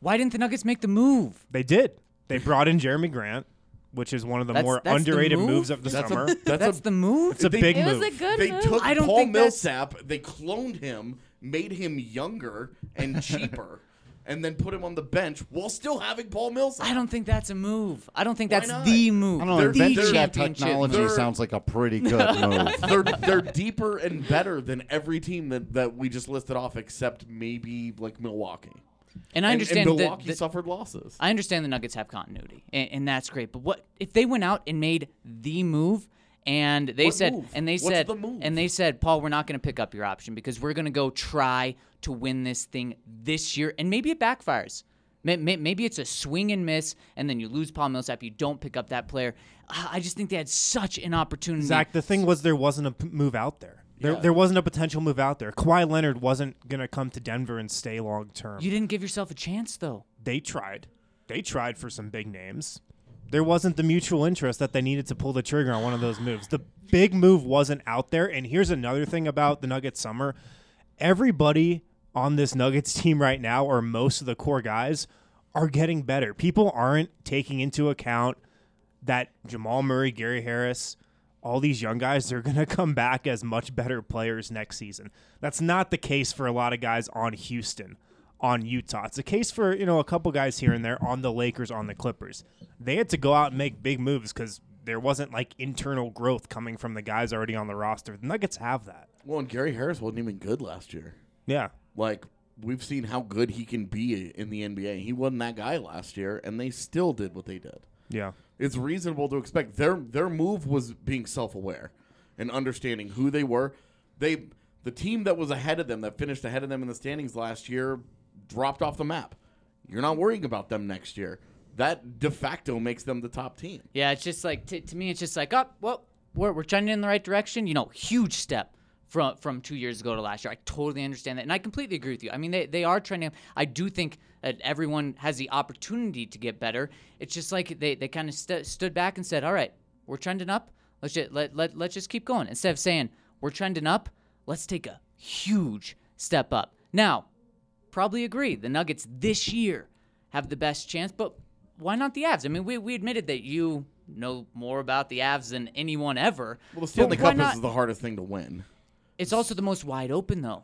Speaker 7: Why didn't the Nuggets make the move?
Speaker 9: They did. They brought in Jeremy Grant, which is one of the
Speaker 7: That's-
Speaker 9: more
Speaker 7: that's the
Speaker 9: underrated
Speaker 7: move?
Speaker 9: moves of the
Speaker 7: That's a-
Speaker 9: summer.
Speaker 7: that's a- <laughs> That's the move?
Speaker 9: It's a
Speaker 8: They-
Speaker 9: big move.
Speaker 8: They took
Speaker 7: I don't
Speaker 8: Paul
Speaker 7: think that's-
Speaker 8: Millsap, they cloned him, made him younger
Speaker 7: <laughs>
Speaker 8: and cheaper, and then put him on the bench while still having Paul Millsap.
Speaker 7: I don't think that's a move. I don't think
Speaker 8: Why
Speaker 7: that's
Speaker 8: not?
Speaker 7: the move.
Speaker 10: I don't know.
Speaker 7: They're the
Speaker 10: Inventing that
Speaker 7: championship.
Speaker 10: technology
Speaker 7: move.
Speaker 10: sounds like a pretty good move.
Speaker 8: <laughs> they're they're deeper and better than every team that, that we just listed off, except maybe like Milwaukee.
Speaker 7: And I understand that-
Speaker 8: Milwaukee
Speaker 7: that-
Speaker 8: suffered losses.
Speaker 7: I understand the Nuggets have continuity, and, and that's great. But what if they went out and made the move And they
Speaker 8: What
Speaker 7: said,
Speaker 8: move?
Speaker 7: and they
Speaker 8: What's
Speaker 7: said,
Speaker 8: the move?
Speaker 7: and they said, Paul, we're not going to pick up your option because we're going to go try to win this thing this year, and maybe it backfires. May- may- Maybe it's a swing and miss, and then you lose Paul Millsap. You don't pick up that player. I I just think they had such an opportunity.
Speaker 9: Zach, the thing was there wasn't a p- move out there. There,
Speaker 7: Yeah.
Speaker 9: there wasn't a potential move out there. Kawhi Leonard wasn't going to come to Denver and stay long term.
Speaker 7: You didn't give yourself a chance, though.
Speaker 9: They tried. They tried for some big names. There wasn't the mutual interest that they needed to pull the trigger on one of those moves. The big move wasn't out there. And here's another thing about the Nuggets summer everybody on this Nuggets <laughs> team right now, or most of the core guys, are getting better. People aren't taking into account that Jamal Murray, Gary Harris, all these young guys, they're going to <laughs> come back as much better players next season. That's not the case for a lot of guys on Houston, on Utah. It's a case for, you know, a couple guys here and there on the Lakers, on the Clippers. They had to go out and make big moves because there wasn't like internal growth coming from the guys already on the roster. The Nuggets have that.
Speaker 8: Well, and Gary Harris wasn't even good last year.
Speaker 9: Yeah.
Speaker 8: Like we've seen how good he can be in the NBA. He wasn't that guy last year, and they still did what they did.
Speaker 9: Yeah.
Speaker 8: It's reasonable to expect their their move was being self aware and understanding who they were. They the team that was ahead of them that finished ahead of them in the standings last year dropped off the map. You're not worrying about them next year. That de facto makes them the top team.
Speaker 7: Yeah, it's just like to to me, it's just like, oh, well, we're we're trending in the right direction. You know, huge step from from two years ago to last year. I totally understand that, and I completely agree with you. I mean, they they are trending. up. I do think that everyone has the opportunity to get better. It's just like they they kind of st- stood back and said, all right, we're trending up. Let's just, let let let's just keep going instead of saying we're trending up. Let's take a huge step up now. Probably agree. The Nuggets this year have the best chance, but why not the Avs? I mean, we, we admitted that you know more about the Avs than anyone ever.
Speaker 8: Well, the Stanley
Speaker 7: but why
Speaker 8: Cup
Speaker 7: not-
Speaker 8: is the hardest thing to win.
Speaker 7: It's also the most wide open, though.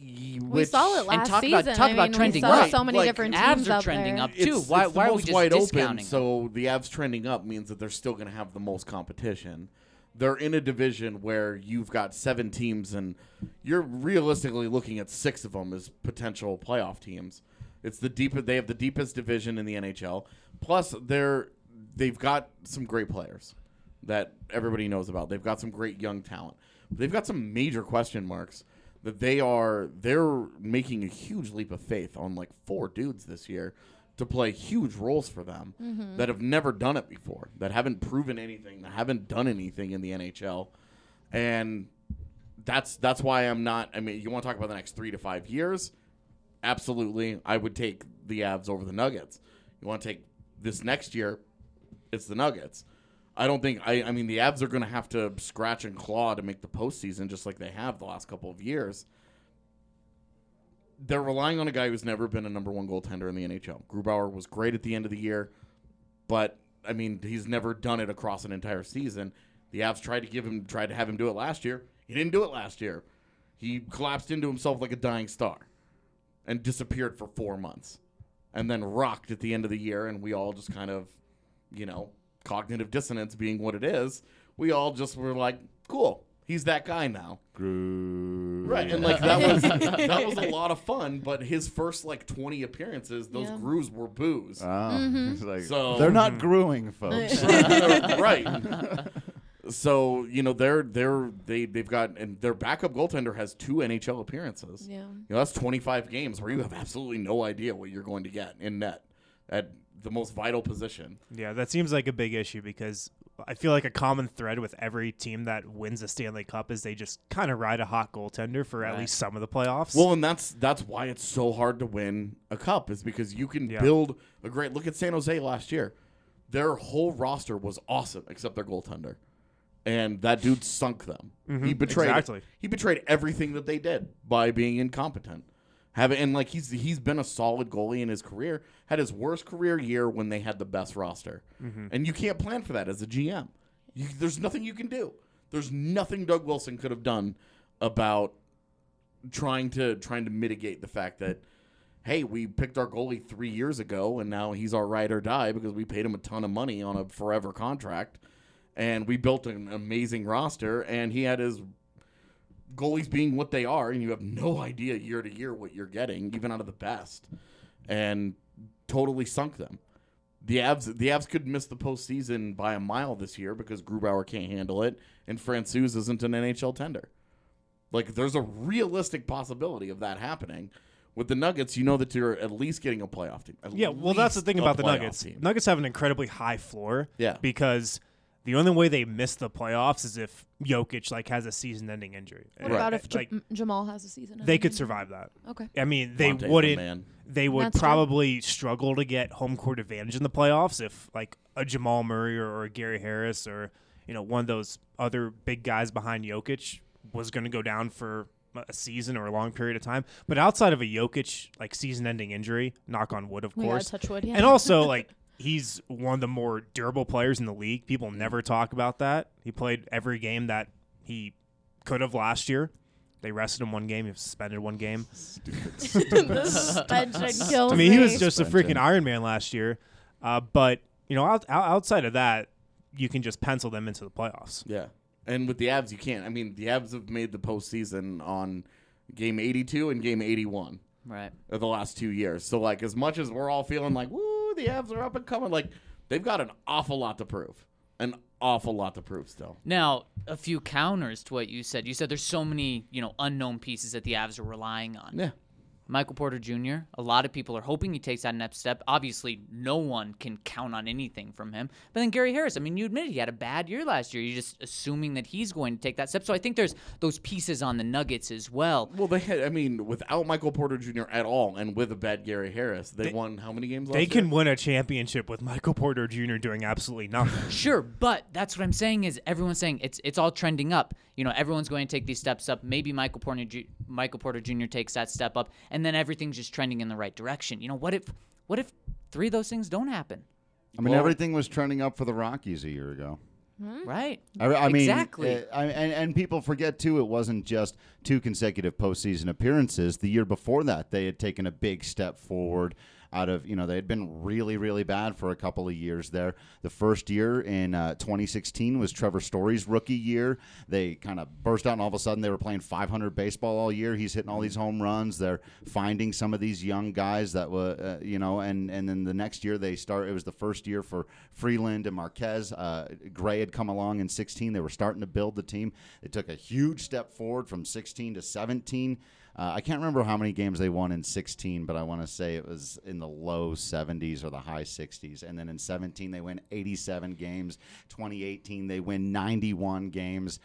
Speaker 2: We saw it last
Speaker 7: and talk
Speaker 2: season.
Speaker 7: About, talk
Speaker 2: I
Speaker 7: about
Speaker 2: mean, we
Speaker 7: trending
Speaker 2: saw
Speaker 7: up.
Speaker 2: so many
Speaker 7: Like,
Speaker 2: different
Speaker 7: Avs
Speaker 2: teams
Speaker 7: are
Speaker 2: out
Speaker 7: trending
Speaker 2: there.
Speaker 7: up too. why
Speaker 8: it's the
Speaker 7: why are we
Speaker 8: most
Speaker 7: just
Speaker 8: wide open?
Speaker 7: discounting?
Speaker 8: So the Avs trending up means that they're still going to have the most competition. They're in a division where you've got seven teams, and you're realistically looking at six of them as potential playoff teams. It's the deepest. They have the deepest division in the NHL. Plus, they're they've got some great players that everybody knows about. They've got some great young talent. They've got some major question marks that they are they're making a huge leap of faith on like four dudes this year to play huge roles for them
Speaker 10: Mhm.
Speaker 8: that have never done it before, that haven't proven anything, that haven't done anything in the NHL. And that's that's why I'm not I mean, you want to talk about the next 3 to 5 years? Absolutely. I would take the Avs over the Nuggets. You want to take this next year, it's the Nuggets. I don't think I. I mean, the Avs are going to have to scratch and claw to make the postseason, just like they have the last couple of years. They're relying on a guy who's never been a number one goaltender in the NHL. Grubauer was great at the end of the year, but I mean, he's never done it across an entire season. The Avs tried to give him, tried to have him do it last year. He didn't do it last year. He collapsed into himself like a dying star, and disappeared for four months, and then rocked at the end of the year. And we all just kind of you know, cognitive dissonance being what it is, we all just were like, cool, he's that guy now. Right. And like that was that was a lot of fun, but his first like 20 appearances, those
Speaker 10: Yeah.
Speaker 8: grooves were boos.
Speaker 10: Oh, it's like, they're not
Speaker 8: Mm-hmm. <laughs>
Speaker 10: grueing, folks.
Speaker 8: right. So, you know, they're they're they they've got and their backup goaltender has two NHL appearances.
Speaker 2: Yeah.
Speaker 8: You know, that's 25 games where you have absolutely no idea what you're going to get in net at the most vital position.
Speaker 9: Yeah, that seems like a big issue because I feel like a common thread with every team that wins the Stanley Cup is they just kind of ride a hot goaltender for at
Speaker 8: Right.
Speaker 9: least some of the playoffs.
Speaker 8: Well, and that's that's why it's so hard to win a cup is because you can
Speaker 9: Yeah.
Speaker 8: build a great. Look at San Jose last year; their whole roster was awesome except their goaltender, and that dude sunk them.
Speaker 9: Mhm,
Speaker 8: He betrayed
Speaker 9: exactly.
Speaker 8: he betrayed everything that they did by being incompetent. Have and like he's he's been a solid goalie in his career. Had his worst career year when they had the best roster,
Speaker 9: Mhm.
Speaker 8: and you can't plan for that as a GM. You, there's nothing you can do. There's nothing Doug Wilson could have done about trying to trying to mitigate the fact that hey, we picked our goalie three years ago, and now he's our ride or die because we paid him a ton of money on a forever contract, and we built an amazing roster, and he had his goalies being what they are, and you have no idea year to year what you're getting, even out of the best, and totally sunk them. The Abs the Abs could miss the postseason by a mile this year because Grubauer can't handle it, and Francouz isn't an NHL tender. Like, there's a realistic possibility of that happening. With the Nuggets, you know that you're at least getting a playoff team. At
Speaker 9: Yeah, well, that's the
Speaker 8: least
Speaker 9: thing
Speaker 8: a
Speaker 9: about the
Speaker 8: playoff
Speaker 9: Nuggets.
Speaker 8: team.
Speaker 9: Nuggets have an incredibly high floor.
Speaker 8: Yeah.
Speaker 9: because the only way they miss the playoffs is if Jokic like has a season-ending injury.
Speaker 2: What
Speaker 9: And,
Speaker 2: about
Speaker 9: uh,
Speaker 2: if Mm-hmm. Ja-
Speaker 9: like
Speaker 2: M- Jamal has a season?
Speaker 9: they
Speaker 2: ending?
Speaker 9: could survive that?
Speaker 2: Okay.
Speaker 9: I mean, they
Speaker 8: Vontae's the man.
Speaker 9: wouldn't. They would
Speaker 2: That's true.
Speaker 9: probably struggle to get home court advantage in the playoffs if like a Jamal Murray or, or a Gary Harris or you know one of those other big guys behind Jokic was going to go down for a season or a long period of time. But outside of a Jokic like season-ending injury, knock on wood, of
Speaker 2: We gotta
Speaker 9: course.
Speaker 2: touch wood, yeah. <laughs>
Speaker 9: And also <laughs> like he's one of the more durable players in the league. People never talk about that. He played every game that he could have last year. They rested him one game. He was suspended one game.
Speaker 2: The suspension kills
Speaker 9: I mean, he
Speaker 2: me.
Speaker 9: was just a
Speaker 8: Suspension.
Speaker 9: freaking Iron Man last year. Uh, but you know, out, out, outside of that, you can just pencil them into the playoffs.
Speaker 8: Yeah. And with the Abs, you can't. I mean, the Abs have made the postseason on game 82 and game 81
Speaker 7: Right.
Speaker 8: of the last two years. So, like, as much as we're all feeling like, woo, the Abs are up and coming, like, they've got an awful lot to prove. An awful lot to prove still.
Speaker 7: Now, a few counters to what you said. You said there's so many, you know, unknown pieces that the Avs are relying on.
Speaker 8: Yeah.
Speaker 7: Michael Porter Jr., a lot of people are hoping he takes that next step. Obviously, no one can count on anything from him. But then Gary Harris, I mean, you admitted he had a bad year last year. You're just assuming that he's going to take that step. So I think there's those pieces on the Nuggets as well.
Speaker 8: Well, they had, I mean, without Michael Porter Jr. at all and with a bad Gary Harris, they, won how many games last
Speaker 9: They
Speaker 8: year?
Speaker 9: can win a championship with Michael Porter Jr. doing
Speaker 2: <laughs>
Speaker 9: absolutely nothing.
Speaker 7: Sure, but that's what I'm saying is everyone's saying it's it's all trending up. You know, everyone's going to take these steps up. Maybe Michael Porter Ju- Michael Porter Jr. takes that step up, and then everything's just trending in the right direction. You know, what if what if three of those things don't happen?
Speaker 10: I mean,
Speaker 8: Well-
Speaker 10: everything was trending up for the Rockies a year ago.
Speaker 7: Right.
Speaker 10: I, I mean,
Speaker 7: exactly.
Speaker 10: uh, I, and, and people forget too. It wasn't just two consecutive postseason appearances. The year before that, they had taken a big step forward. Out of you know, they had been really, really bad for a couple of years there. The first year in uh, 2016 was Trevor Story's rookie year. They kind of burst out, and all of a sudden, they were playing 500 baseball all year. He's hitting all these home runs. They're finding some of these young guys that were, uh, you know, and and then the next year they start. It was the first year for Freeland and Marquez. Uh, Gray had come along in 16. They were starting to build the team. They took a huge step forward from 16 to 17. Uh, I can't remember how many games they won in 16, but I want to say it was in the low 70s or the high 60s. And then in 17, they win 87 games. 2018, they win 91 games.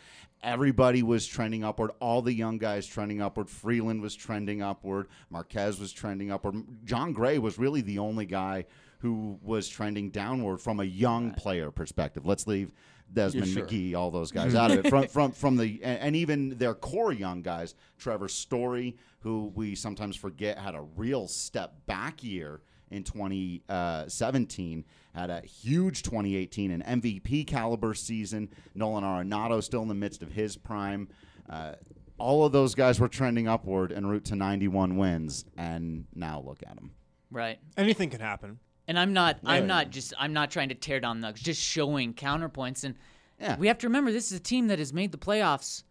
Speaker 10: Everybody was trending upward. All the young guys trending upward. Freeland was trending upward. Marquez was trending upward. John Gray was really the only guy who was trending downward from a young player perspective. Let's leave Desmond
Speaker 8: sure.
Speaker 10: McGee, all
Speaker 8: <laughs>
Speaker 10: those guys out of it. From from from the and, and even their core young guys, Trevor Story, who we sometimes forget had a real step back year in 2017 had a huge 2018 an mvp caliber season nolan arenado still in the midst of his prime uh, all of those guys were trending upward en route to 91 wins and now look at them
Speaker 7: right.
Speaker 9: Anything can happen.
Speaker 7: And I'm not I'm not just I'm not trying to tear down Nugs, just showing counterpoints and
Speaker 10: Yeah.
Speaker 7: we have to remember this is a team that has made the playoffs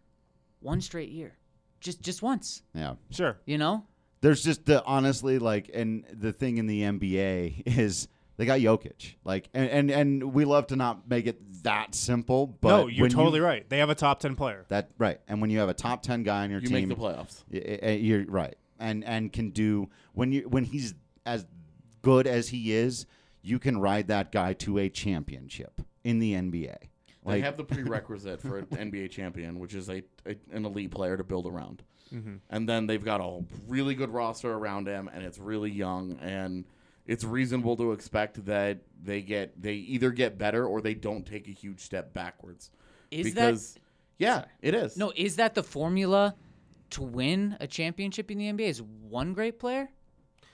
Speaker 7: one straight year. Just just once,
Speaker 10: yeah
Speaker 9: Sure.
Speaker 7: you know?
Speaker 10: there's just the honestly like and the thing in the NBA is they got Jokic like and and, and we love to not make it that simple but
Speaker 9: no, you're
Speaker 10: when you-
Speaker 9: totally right. They have a top ten player.
Speaker 10: that right and when you have a top 10 guy on your
Speaker 8: You
Speaker 10: team
Speaker 8: make the playoffs.
Speaker 10: y- y- you're right and and can do when you when he's as good as he is you can ride that guy to a championship in the NBA
Speaker 8: They
Speaker 10: like
Speaker 8: have the prerequisite for an <laughs> NBA champion, which is a, a an elite player to build around,
Speaker 9: Mm-hmm.
Speaker 8: and then they've got a really good roster around him, and it's really young, and it's reasonable to expect that they get they either get better or they don't take a huge step backwards.
Speaker 7: Is that-
Speaker 8: because yeah, it is.
Speaker 7: No, is that the formula to win a championship in the NBA? Is one great player?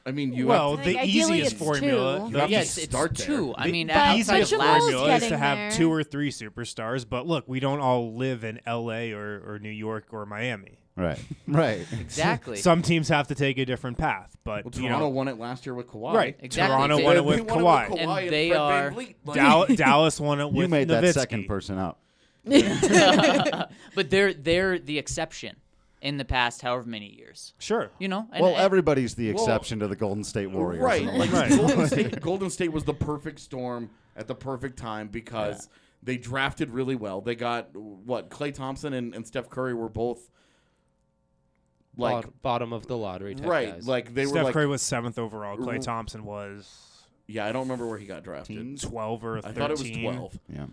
Speaker 8: I mean you
Speaker 9: well,
Speaker 8: have
Speaker 2: to-
Speaker 9: the
Speaker 2: Like, ideally
Speaker 9: easiest
Speaker 2: it's
Speaker 9: formula.
Speaker 2: two.
Speaker 9: the
Speaker 8: You have to
Speaker 7: yes, it's
Speaker 8: start there.
Speaker 7: two. I
Speaker 8: The
Speaker 7: mean,
Speaker 2: But-
Speaker 7: outside
Speaker 2: but
Speaker 9: easiest
Speaker 2: you're
Speaker 7: last
Speaker 2: always
Speaker 7: year-
Speaker 9: formula is
Speaker 2: getting
Speaker 9: to have
Speaker 2: there.
Speaker 9: two or three superstars. But look, we don't all live in L.A. or, or New York or Miami.
Speaker 8: <laughs>
Speaker 10: right right
Speaker 7: exactly. <laughs>
Speaker 9: Some teams have to take a different path. But
Speaker 8: well,
Speaker 9: you
Speaker 8: Toronto
Speaker 9: know,
Speaker 8: won it last year with Kawhi.
Speaker 9: right?
Speaker 7: Exactly.
Speaker 9: Toronto
Speaker 7: They-
Speaker 9: won it
Speaker 8: They
Speaker 9: with
Speaker 8: won
Speaker 9: Kawhi.
Speaker 8: Kawhi
Speaker 7: And
Speaker 8: and
Speaker 7: they
Speaker 8: Fred
Speaker 7: are-
Speaker 8: VanVleet. Like-
Speaker 9: Dal-
Speaker 8: <laughs>
Speaker 9: Dallas won it with
Speaker 10: you made that
Speaker 9: Nowitzki.
Speaker 10: second person up
Speaker 7: but they're they're the exception. in the past however many years.
Speaker 9: Sure.
Speaker 7: You know?
Speaker 10: well, everybody's the
Speaker 8: Well,
Speaker 10: exception to the Golden State Warriors.
Speaker 8: Right.
Speaker 10: in the
Speaker 8: Like, <laughs>
Speaker 10: league.
Speaker 8: Golden, State, Golden State was the perfect storm at the perfect time because they drafted really well. They got what Clay Thompson and, and Steph Curry were both like
Speaker 11: Bot- bottom of the lottery. Type
Speaker 8: right.
Speaker 11: guys.
Speaker 8: Like they
Speaker 9: Steph
Speaker 8: were like Mm-hmm.
Speaker 9: Curry was seventh overall. Clay
Speaker 8: R-
Speaker 9: Thompson was
Speaker 8: yeah. I don't remember where he got drafted.
Speaker 9: 12 or 13.
Speaker 8: I thought it was twelve.
Speaker 10: Yeah.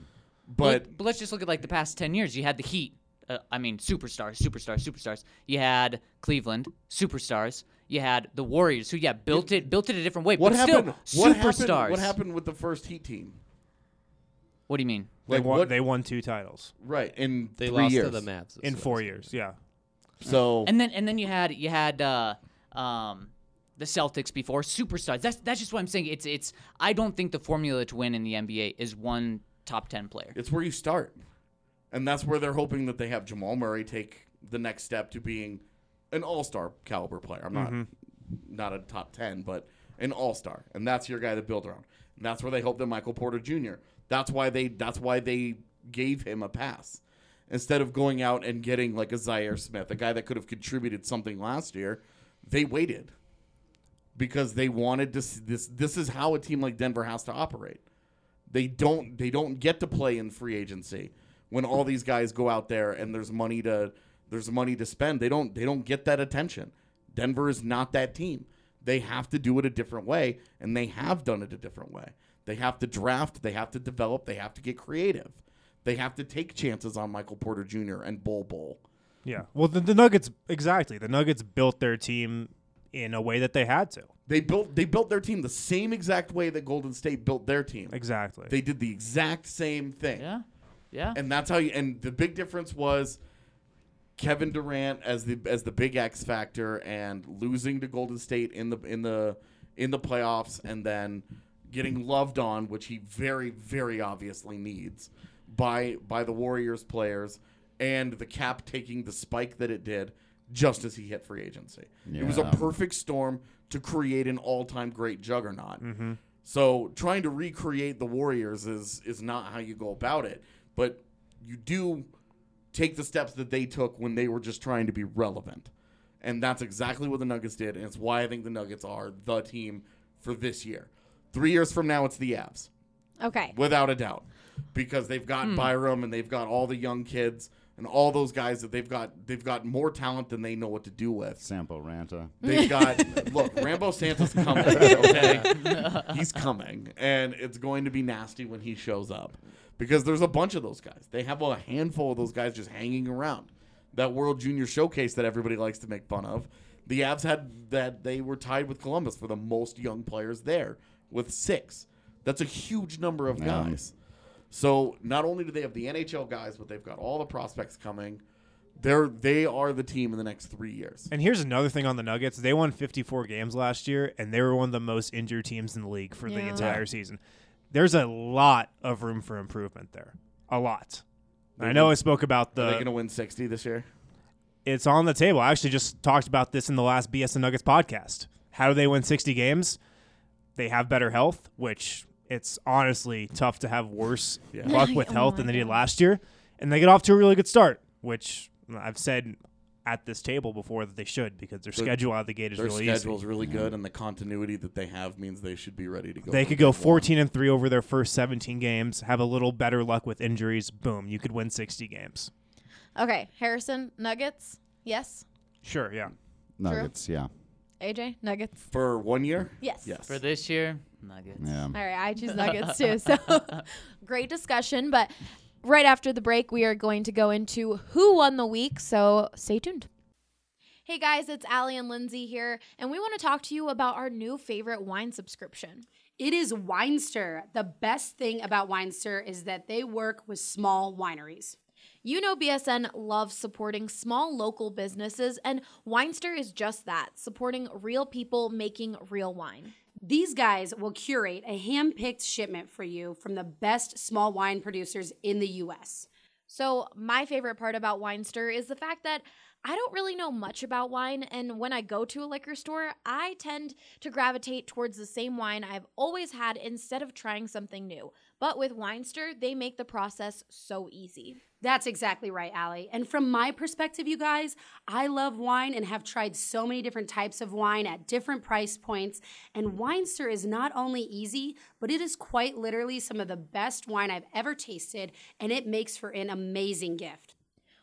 Speaker 8: But
Speaker 7: Well, but let's just look at like the past 10 years. You had the Heat, uh, I mean, superstars, superstars, superstars. You had Cleveland, superstars. You had the Warriors, who yeah built it, built it a different way.
Speaker 8: what
Speaker 7: but
Speaker 8: happened?
Speaker 7: Still,
Speaker 8: what
Speaker 7: superstars.
Speaker 8: happened? What happened with the first Heat team?
Speaker 7: What do you mean?
Speaker 9: They,
Speaker 8: Like,
Speaker 9: won,
Speaker 8: what-
Speaker 9: they won two titles
Speaker 8: Right. In
Speaker 11: They
Speaker 8: three
Speaker 11: lost
Speaker 8: years.
Speaker 11: to the Mavs.
Speaker 9: in four years. Yeah.
Speaker 8: So
Speaker 7: And then and then you had you had uh, um, the Celtics before superstars. That's that's just what I'm saying. It's it's I don't think the formula to win in the NBA is one top 10 player.
Speaker 8: It's where you start. And that's where they're hoping that they have Jamal Murray take the next step to being an all-star caliber player. I'm not not a top 10, but an all-star. And that's your guy to build around. And that's where they hope that Michael Porter Jr. That's why they that's why they gave him a pass. Instead of going out and getting like a Zaire Smith, a guy that could have contributed something last year, they waited because they wanted to s this this is how a team like Denver has to operate. They don't they don't get to play in free agency when all these guys go out there and there's money to there's money to spend. They don't they don't get that attention. Denver is not that team. They have to do it a different way and they have done it a different way. They have to draft, they have to develop, they have to get creative. They have to take chances on Michael Porter Jr. and Bull Bull.
Speaker 9: Yeah. Well, the, the Nuggets, exactly. The Nuggets built their team in a way that they had to.
Speaker 8: They built they built their team the same exact way that Golden State built their team.
Speaker 9: Exactly.
Speaker 8: They did the exact same thing.
Speaker 7: Yeah, yeah.
Speaker 8: And that's how you and the big difference was Kevin Durant as the as the big X factor and losing to Golden State in the in the in the playoffs and then getting loved on, which he very very obviously needs by by the Warriors players and the cap taking the spike that it did just as he hit free agency. It was a
Speaker 10: Yeah.
Speaker 8: perfect storm to create an all-time great juggernaut. So trying to recreate the Warriors is is not how you go about it, but you do take the steps that they took when they were just trying to be relevant. And that's exactly what the Nuggets did, and it's why I think the Nuggets are the team for this year. 3 years from now it's the Avs
Speaker 2: Okay.
Speaker 8: without a doubt, because they've got Byram and they've got all the young kids and all those guys that they've got. They've got more talent than they know what to do with.
Speaker 10: Sampo Ranta.
Speaker 8: They've got look, Rambo Santa's coming. Okay, he's coming, and it's going to be nasty when he shows up because there's a bunch of those guys. They have a handful of those guys just hanging around. That World Junior Showcase that everybody likes to make fun of. The Avs had that they were tied with Columbus for the most young players there with six. That's a huge number of
Speaker 10: Yeah.
Speaker 8: guys. So not only do they have the NHL guys, but they've got all the prospects coming. They're they are the team in the next three years.
Speaker 9: And here's another thing on the Nuggets. They won 54 games last year, and they were one of the most injured teams in the league for the
Speaker 2: Yeah.
Speaker 9: entire season. There's a lot of room for improvement there. A lot. I know I spoke about
Speaker 8: Are they going
Speaker 9: the.
Speaker 8: to win 60 this year?
Speaker 9: It's on the table. I actually just talked about this in the last BS and Nuggets podcast. How do they win 60 games? They have better health, which it's honestly tough to have worse luck
Speaker 2: <laughs>
Speaker 9: with
Speaker 2: Oh
Speaker 9: health
Speaker 2: my
Speaker 9: than they did
Speaker 2: God.
Speaker 9: last year. And they get off to a really good start, which I've said at this table before that they should because their schedule out of the gate is
Speaker 8: Their
Speaker 9: really easy.
Speaker 8: schedule's really good, and the continuity that they have means they should be ready to go.
Speaker 9: They
Speaker 8: for
Speaker 9: could go
Speaker 8: game one.
Speaker 9: 14 and 3 over their first 17 games, have a little better luck with injuries, boom, you could win 60 games.
Speaker 2: Okay. Harrison, Nuggets? Yes.
Speaker 9: Sure, yeah.
Speaker 10: Nuggets, yeah.
Speaker 2: AJ, Nuggets?
Speaker 8: for one year.
Speaker 2: Yes.
Speaker 8: Yes.
Speaker 7: For this year, Nuggets.
Speaker 10: Yeah.
Speaker 2: All right, I choose Nuggets too. So <laughs> great discussion. But right after the break, we are going to go into who won the week. So stay tuned. Hey guys, it's Allie and Lindsay here, and we want to talk to you about our new favorite wine subscription.
Speaker 12: It is Winester. The best thing about Winester is that they work with small wineries.
Speaker 2: You know, BSN loves supporting small local businesses, and Winester is just that supporting real people making real wine.
Speaker 12: These guys will curate a hand-picked shipment for you from the best small wine producers in the US.
Speaker 2: So, my favorite part about Winester is the fact that I don't really know much about wine, and when I go to a liquor store, I tend to gravitate towards the same wine I've always had instead of trying something new. But with Winester, they make the process so easy.
Speaker 12: That's exactly right, Allie. And from my perspective, you guys, I love wine and have tried so many different types of wine at different price points. And Winester is not only easy, but it is quite literally some of the best wine I've ever tasted, and it makes for an amazing gift.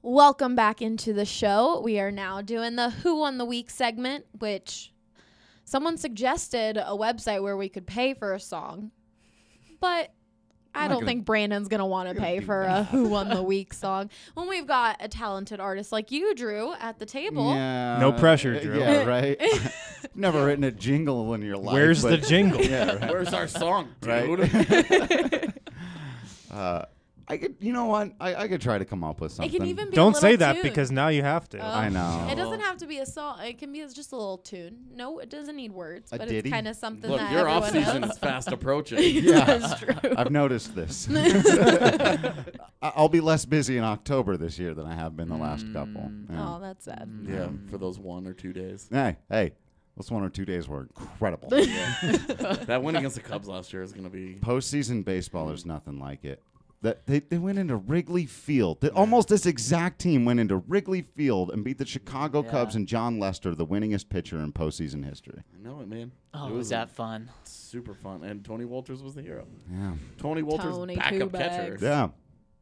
Speaker 2: Welcome back into the show. We are now doing the Who on the Week segment, which someone suggested a website where we could pay for a song, but I
Speaker 13: not
Speaker 2: don't
Speaker 13: gonna-
Speaker 2: think Brandon's going to want to pay for a Who on the Week song when we've got a talented artist like you, Drew, at the table.
Speaker 10: Yeah.
Speaker 9: No pressure,
Speaker 10: uh,
Speaker 9: Drew.
Speaker 10: Yeah, right. Never written a jingle in your life.
Speaker 9: Where's the
Speaker 10: but-
Speaker 9: jingle?
Speaker 10: Yeah, right.
Speaker 8: Where's our <laughs> song, dude? <laughs>
Speaker 10: uh, I could, you know what? I, I could try to come up with
Speaker 2: It
Speaker 10: something.
Speaker 2: can even be a
Speaker 9: Don't say
Speaker 2: little
Speaker 9: that
Speaker 2: tune.
Speaker 9: because now you have to.
Speaker 2: Oh.
Speaker 10: I know.
Speaker 2: It doesn't have to be a song. It can be just a little tune. No, it doesn't need words,
Speaker 10: A
Speaker 2: but
Speaker 10: ditty?
Speaker 2: it's kind of something
Speaker 8: Look,
Speaker 2: that
Speaker 8: your off
Speaker 2: everyone
Speaker 8: season <laughs>
Speaker 2: knows.
Speaker 8: is fast approaching.
Speaker 2: <laughs>
Speaker 10: Yeah,
Speaker 2: That's true.
Speaker 9: <laughs>
Speaker 10: I've noticed this. I- I'll be less busy in October this year than I have
Speaker 11: Mm.
Speaker 10: been the last couple. Yeah.
Speaker 2: Oh, that's sad.
Speaker 8: Yeah, for those one or two days.
Speaker 10: Hey, hey, those one or two days were incredible.
Speaker 8: that win against the Cubs last year is going to be.
Speaker 10: Postseason baseball, there's nothing like it. That they, they went into Wrigley Field. That Almost this exact team went into Wrigley Field and beat the Chicago
Speaker 7: Yeah.
Speaker 10: Cubs and John Lester, the winningest pitcher in postseason history.
Speaker 8: I know it, man.
Speaker 7: Oh,
Speaker 8: It
Speaker 7: was that fun?
Speaker 8: Super fun. And Tony Walters was the hero.
Speaker 10: Yeah.
Speaker 8: Tony Walters,
Speaker 2: Tony
Speaker 8: backup
Speaker 2: Two
Speaker 8: catcher.
Speaker 2: Bags.
Speaker 10: Yeah.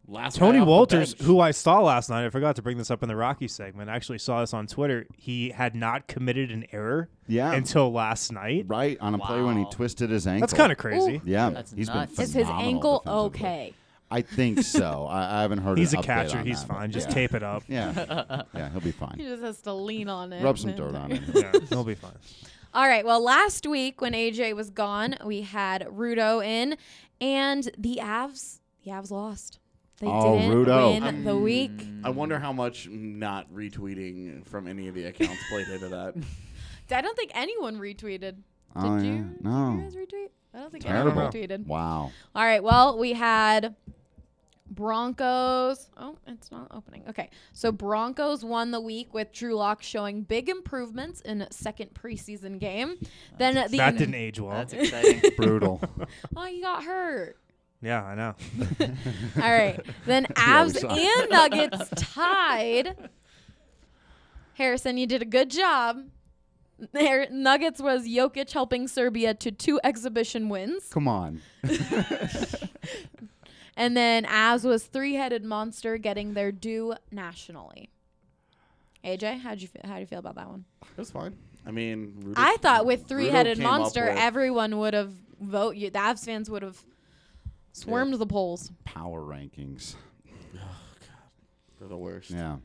Speaker 8: Last
Speaker 9: Tony
Speaker 8: guy off the
Speaker 9: Walters,
Speaker 8: bench.
Speaker 9: who I saw last night, I forgot to bring this up in the Rocky segment. I actually saw this on Twitter. He had not committed an error
Speaker 10: Yeah.
Speaker 9: until last night.
Speaker 10: Right on a play when he twisted his ankle.
Speaker 9: That's kind of crazy.
Speaker 10: Yeah,
Speaker 7: That's
Speaker 10: he's
Speaker 7: nuts.
Speaker 10: been
Speaker 2: Is his
Speaker 10: phenomenal
Speaker 2: ankle
Speaker 10: defensively.
Speaker 2: okay?
Speaker 10: I think so. I, I haven't heard.
Speaker 9: He's
Speaker 10: an
Speaker 9: a
Speaker 10: update
Speaker 9: catcher.
Speaker 10: on
Speaker 9: He's
Speaker 10: that,
Speaker 9: fine.
Speaker 10: but
Speaker 9: Just
Speaker 10: <laughs> yeah.
Speaker 9: tape it up.
Speaker 8: <laughs>
Speaker 10: Yeah, yeah, he'll be
Speaker 2: He
Speaker 10: fine.
Speaker 2: just has to lean on it.
Speaker 10: Rub some
Speaker 2: and-
Speaker 10: dirt on him.
Speaker 9: yeah, he'll be fine.
Speaker 2: All right. Well, last week when AJ was gone, we had Rudo in, and the Avs, the Avs lost. They
Speaker 10: Oh,
Speaker 2: didn't
Speaker 10: Rudo.
Speaker 2: win the week.
Speaker 8: I wonder how much not retweeting from any of the accounts played into that.
Speaker 2: I don't think anyone retweeted.
Speaker 10: Oh,
Speaker 2: Did
Speaker 10: yeah.
Speaker 2: you?
Speaker 10: No.
Speaker 2: Did you guys retweet? I don't think
Speaker 10: Terrible.
Speaker 2: anyone retweeted.
Speaker 8: <laughs>
Speaker 10: Wow.
Speaker 2: All right. Well, we had Broncos. Oh, it's not opening. Okay. So Broncos won the week with Drew Lock showing big improvements in second preseason game. Then the
Speaker 9: that didn't e- age well.
Speaker 7: That's exciting. <laughs>
Speaker 10: Brutal.
Speaker 2: Oh, he got hurt.
Speaker 9: yeah, I know.
Speaker 2: All right.
Speaker 9: <laughs>
Speaker 2: Then
Speaker 10: always
Speaker 2: Avs
Speaker 10: suck.
Speaker 2: and Nuggets tied. Harrison, you did a good job. There- Nuggets was Jokic helping Serbia to two exhibition wins.
Speaker 10: Come on.
Speaker 2: And then Avs was three headed monster getting their due nationally. AJ, how'd you fe- how do you feel about that one?
Speaker 8: It was fine. I mean, Rudy-
Speaker 2: I thought with
Speaker 8: Rudo
Speaker 2: three headed
Speaker 8: came up
Speaker 2: monster,
Speaker 8: with-
Speaker 2: everyone would have vote you. The Avs fans would have swarmed the polls.
Speaker 10: Power rankings.
Speaker 8: They're the worst.
Speaker 10: Yeah.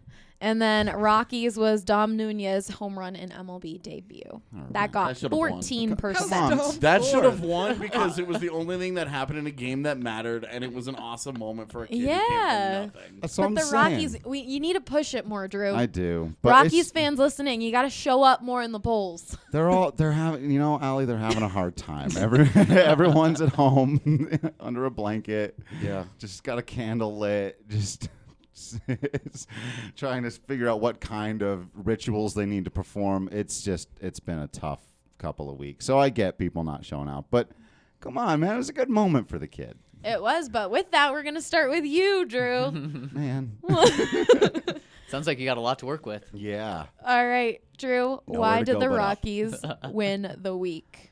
Speaker 2: And then Rockies was Dom Nunez home run in MLB debut. That got
Speaker 8: That should've won.
Speaker 2: 14
Speaker 10: Come
Speaker 2: percent.
Speaker 10: on.
Speaker 8: That should have won because it was the only thing that happened in a game that mattered, and it was an awesome moment for a kid. who came from
Speaker 2: Yeah.
Speaker 8: nothing.
Speaker 10: That's
Speaker 2: But
Speaker 10: what I'm
Speaker 2: the
Speaker 10: saying.
Speaker 2: Rockies, we, you need to push it more, Drew.
Speaker 10: I do. But
Speaker 2: Rockies
Speaker 10: it's-
Speaker 2: fans listening, you got to show up more in the polls.
Speaker 10: They're all they're having you know, Allie, they're having a hard time. Every <laughs> everyone's at home <laughs> under a blanket.
Speaker 8: Yeah.
Speaker 10: Just got a candle lit. Just it's <laughs> trying to figure out what kind of rituals they need to perform. It's just it's been a tough couple of weeks. So I get people not showing out, but come on, man, it was a good moment for the kid.
Speaker 2: It was, but with that, we're gonna start with you, Drew.
Speaker 10: Man.
Speaker 7: Sounds like you got a lot to work with.
Speaker 10: yeah.
Speaker 2: All right, Drew.
Speaker 10: Nowhere
Speaker 2: why
Speaker 10: to
Speaker 2: did
Speaker 10: go
Speaker 2: the
Speaker 10: but up. <laughs>
Speaker 2: Rockies win the week?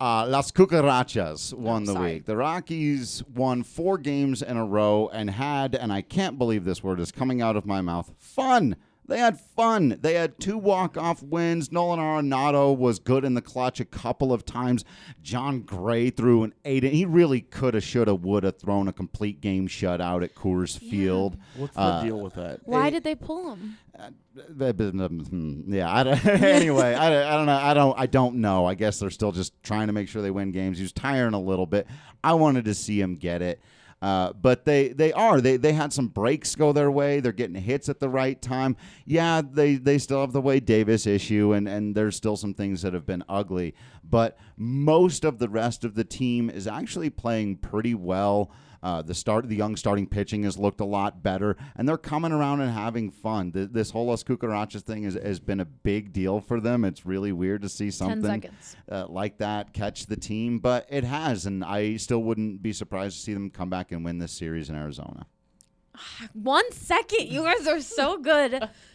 Speaker 10: Uh, Las Cucarachas won the
Speaker 2: sorry.
Speaker 10: week. The Rockies won four games in a row and had, and I can't believe this word is coming out of my mouth, fun. They had fun. They had two walk-off wins. Nolan Arenado was good in the clutch a couple of times. John Gray threw an eight. He really could have, should have, would have thrown a complete game shutout at Coors Field.
Speaker 8: What's the
Speaker 10: Uh,
Speaker 8: deal with that?
Speaker 2: Why did they pull him?
Speaker 10: hmm, yeah. I don't, <laughs> anyway, I, don't- I don't know. I don't. I don't know. I guess they're still just trying to make sure they win games. He was tiring a little bit. I wanted to see him get it. Uh, but they they are they they had some breaks go their way. They're getting hits at the right time. Yeah, they they still have the Way Davis issue, and and there's still some things that have been ugly. But most of the rest of the team is actually playing pretty well. Uh, the start, the young starting pitching has looked a lot better, and they're coming around and having fun. Th- this whole Los Cucarachas thing has, has been a big deal for them. It's really weird to see something
Speaker 2: seconds.
Speaker 10: uh, like that catch the team, but it has, and I still wouldn't be surprised to see them come back and win this series in Arizona.
Speaker 2: One second. You guys are so good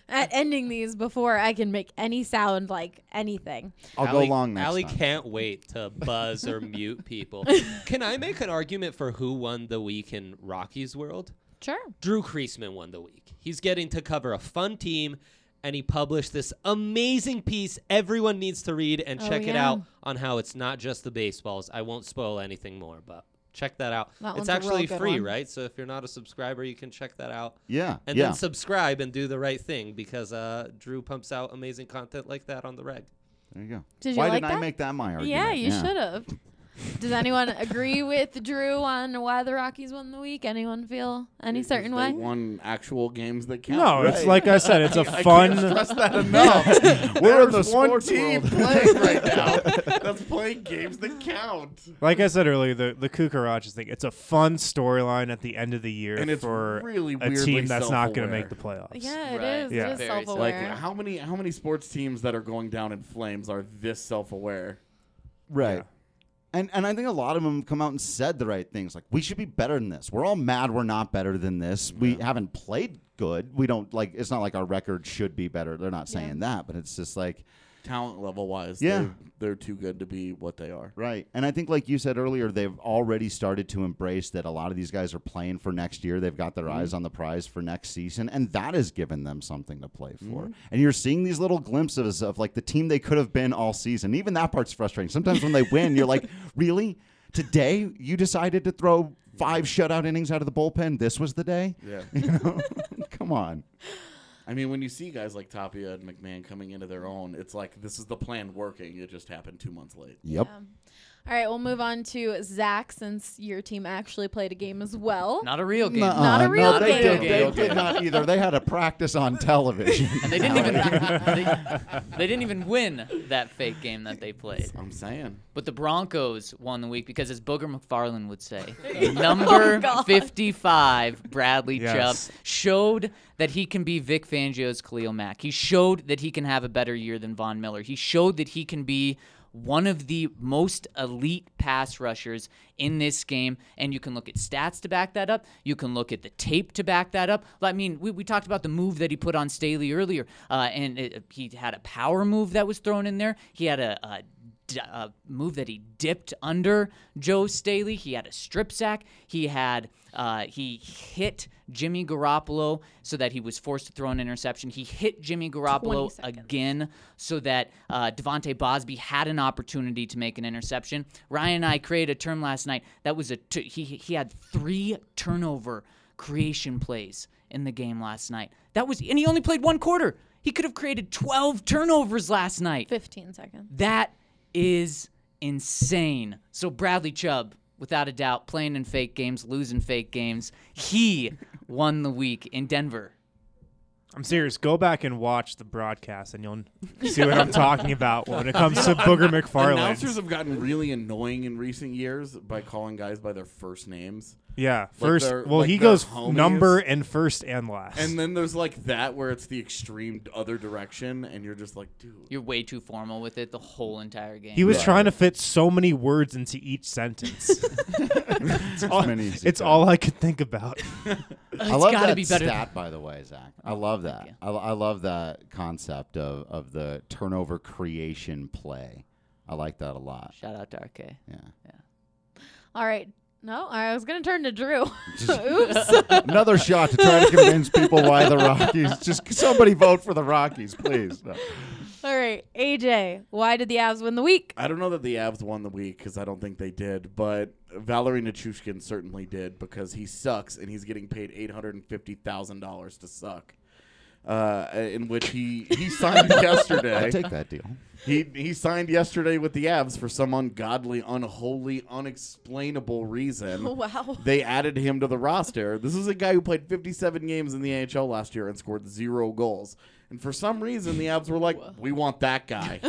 Speaker 2: at ending these before I can make any sound like anything.
Speaker 10: I'll go
Speaker 11: Allie-
Speaker 10: long next
Speaker 11: Allie
Speaker 10: time.
Speaker 11: can't wait to buzz or mute
Speaker 10: <laughs>
Speaker 11: people. Can I make an argument for who won the week in Rocky's world?
Speaker 2: Sure.
Speaker 11: Drew Kreisman won the week. He's getting to cover a fun team, and he published this amazing piece everyone needs to read and
Speaker 2: Oh,
Speaker 11: check it
Speaker 2: yeah.
Speaker 11: out on how it's not just the baseballs. I won't spoil anything more, but check that out.
Speaker 2: That
Speaker 11: it's
Speaker 2: one's a real
Speaker 11: actually
Speaker 2: good
Speaker 11: free,
Speaker 2: one.
Speaker 11: right? So if you're not a subscriber, you can check that out.
Speaker 10: Yeah,
Speaker 11: And
Speaker 10: yeah.
Speaker 11: then subscribe and do the right thing because uh, Drew pumps out amazing content like that on the reg.
Speaker 10: There you go.
Speaker 2: Did you
Speaker 10: Why
Speaker 2: like
Speaker 10: didn't
Speaker 2: that?
Speaker 10: I make that my argument?
Speaker 2: Yeah, you should have. Does anyone agree with Drew on why the Rockies won the week? Anyone feel any certain way?
Speaker 8: Won actual games that count.
Speaker 9: No, it's
Speaker 8: right?
Speaker 9: like I said,
Speaker 10: <laughs>
Speaker 9: it's a
Speaker 8: I
Speaker 9: fun-
Speaker 8: Can't stress that <laughs> enough.
Speaker 9: We're in
Speaker 8: There's
Speaker 9: the
Speaker 8: one
Speaker 9: sports
Speaker 8: team
Speaker 10: <laughs>
Speaker 9: world.
Speaker 8: playing <laughs> right now that's playing games that count.
Speaker 9: <laughs> Like I said earlier, the the Cucarachas thing. It's a fun storyline at the end of the year
Speaker 8: And it's
Speaker 9: for
Speaker 8: really
Speaker 9: a
Speaker 8: weirdly
Speaker 9: team that's not going to
Speaker 8: self-aware.
Speaker 9: make the playoffs.
Speaker 2: Yeah, it is. It is self-aware.
Speaker 8: Like how many how many sports teams that are going down in flames are this self aware?
Speaker 10: Right. And and I think a lot of them have come out and said the right things. Like we should be better than this. We're all mad we're not better than this. We haven't played good. We don't like. It's not like our record should be better. They're not saying that, but it's just like
Speaker 8: Talent level wise,
Speaker 10: Yeah.
Speaker 8: they're, they're too good to be what they are.
Speaker 10: Right. And I think, like you said earlier, they've already started to embrace that a lot of these guys are playing for next year. They've got their
Speaker 8: Mm-hmm.
Speaker 10: eyes on the prize for next season, and that has given them something to play for.
Speaker 8: Mhm.
Speaker 10: And you're seeing these little glimpses of like the team they could have been all season. Even that part's frustrating. Sometimes
Speaker 8: <laughs>
Speaker 10: when they win, you're like, really? Today you decided to throw five shutout innings out of the bullpen? This was the day?
Speaker 8: Yeah.
Speaker 10: <laughs> You know? Come on.
Speaker 8: I mean, when you see guys like Tapia and McMahon coming into their own, it's like this is the plan working. It just happened two months late.
Speaker 10: Yep.
Speaker 2: All right, we'll move on to Zach since your team actually played a game as well.
Speaker 7: Not a real game.
Speaker 10: Nuh-uh.
Speaker 7: Not a real
Speaker 10: no, they
Speaker 7: game.
Speaker 10: Did, they did not either. They had a practice on television.
Speaker 7: And they didn't even <laughs> they, they didn't even win that fake game that they played.
Speaker 8: I'm saying.
Speaker 7: But the Broncos won the week because, as Booger McFarland would say, number 55, Bradley
Speaker 11: Yes.
Speaker 7: Chubb, showed that he can be Vic Fangio's Khalil Mack. He showed that he can have a better year than Von Miller. He showed that he can be one of the most elite pass rushers in this game. And you can look at stats to back that up. You can look at the tape to back that up. I mean, we, we talked about the move that he put on Staley earlier, uh, and it, he had a power move that was thrown in there. He had a, a d- uh, move that he dipped under Joe Staley. He had a strip sack. He had uh, he hit Jimmy Garoppolo so that he was forced to throw an interception. He hit Jimmy Garoppolo
Speaker 2: 20
Speaker 7: again so that uh, Devonte Bosby had an opportunity to make an interception. Ryan and I created a term last night that was a t- he he had three turnover creation plays in the game last night. That was and he only played one quarter. He could have created 12 turnovers last night.
Speaker 2: 15 seconds.
Speaker 7: That is insane. So Bradley Chubb, without a doubt, playing in fake games, losing fake games, <laughs> he won the week in Denver.
Speaker 9: I'm serious. Go back and watch the broadcast, and you'll see what I'm talking about when it
Speaker 8: <laughs>
Speaker 9: comes to Booger
Speaker 8: Announcers
Speaker 9: McFarland.
Speaker 8: have gotten really annoying in recent years by calling guys by their first names.
Speaker 9: Yeah,
Speaker 8: Like
Speaker 9: first.
Speaker 8: they're-
Speaker 9: well,
Speaker 8: like
Speaker 9: he
Speaker 8: they're
Speaker 9: goes
Speaker 8: homies.
Speaker 9: number and first and last.
Speaker 8: And then there's like that where it's the extreme other direction, and you're just like, dude.
Speaker 7: You're way too formal with it the whole entire game.
Speaker 9: he was trying to fit so many words into each
Speaker 8: <laughs>
Speaker 9: sentence. it's all,
Speaker 10: many as he
Speaker 9: it's
Speaker 10: could.
Speaker 9: all I could think
Speaker 8: <laughs>
Speaker 9: about.
Speaker 10: I love that stat, by the way, Zach. I love that. I, I love that concept of, of the turnover creation play. I like that a lot.
Speaker 7: Shout out to RK.
Speaker 10: Yeah.
Speaker 2: All right. No, I was going to turn to Drew. Oops. <laughs>
Speaker 10: Another shot to try to convince people why the Rockies. Just somebody vote for the Rockies, please. No.
Speaker 2: All right. AJ, why did the Avs win the
Speaker 8: <laughs>
Speaker 2: week?
Speaker 8: I don't know that the Avs won the week because I don't think they did, but Valerie Nichushkin certainly did because he sucks and he's getting paid eight hundred and fifty thousand dollars to suck. uh, in which he he signed
Speaker 10: <laughs>
Speaker 8: yesterday.
Speaker 10: I'd take that deal.
Speaker 8: He he signed yesterday with the Avs for some ungodly, unholy, unexplainable reason.
Speaker 2: <laughs> Wow.
Speaker 8: They added him to the roster. This is a guy who played 57 games in the AHL last year and scored zero goals. And for some reason, the Avs were like, "We want that guy."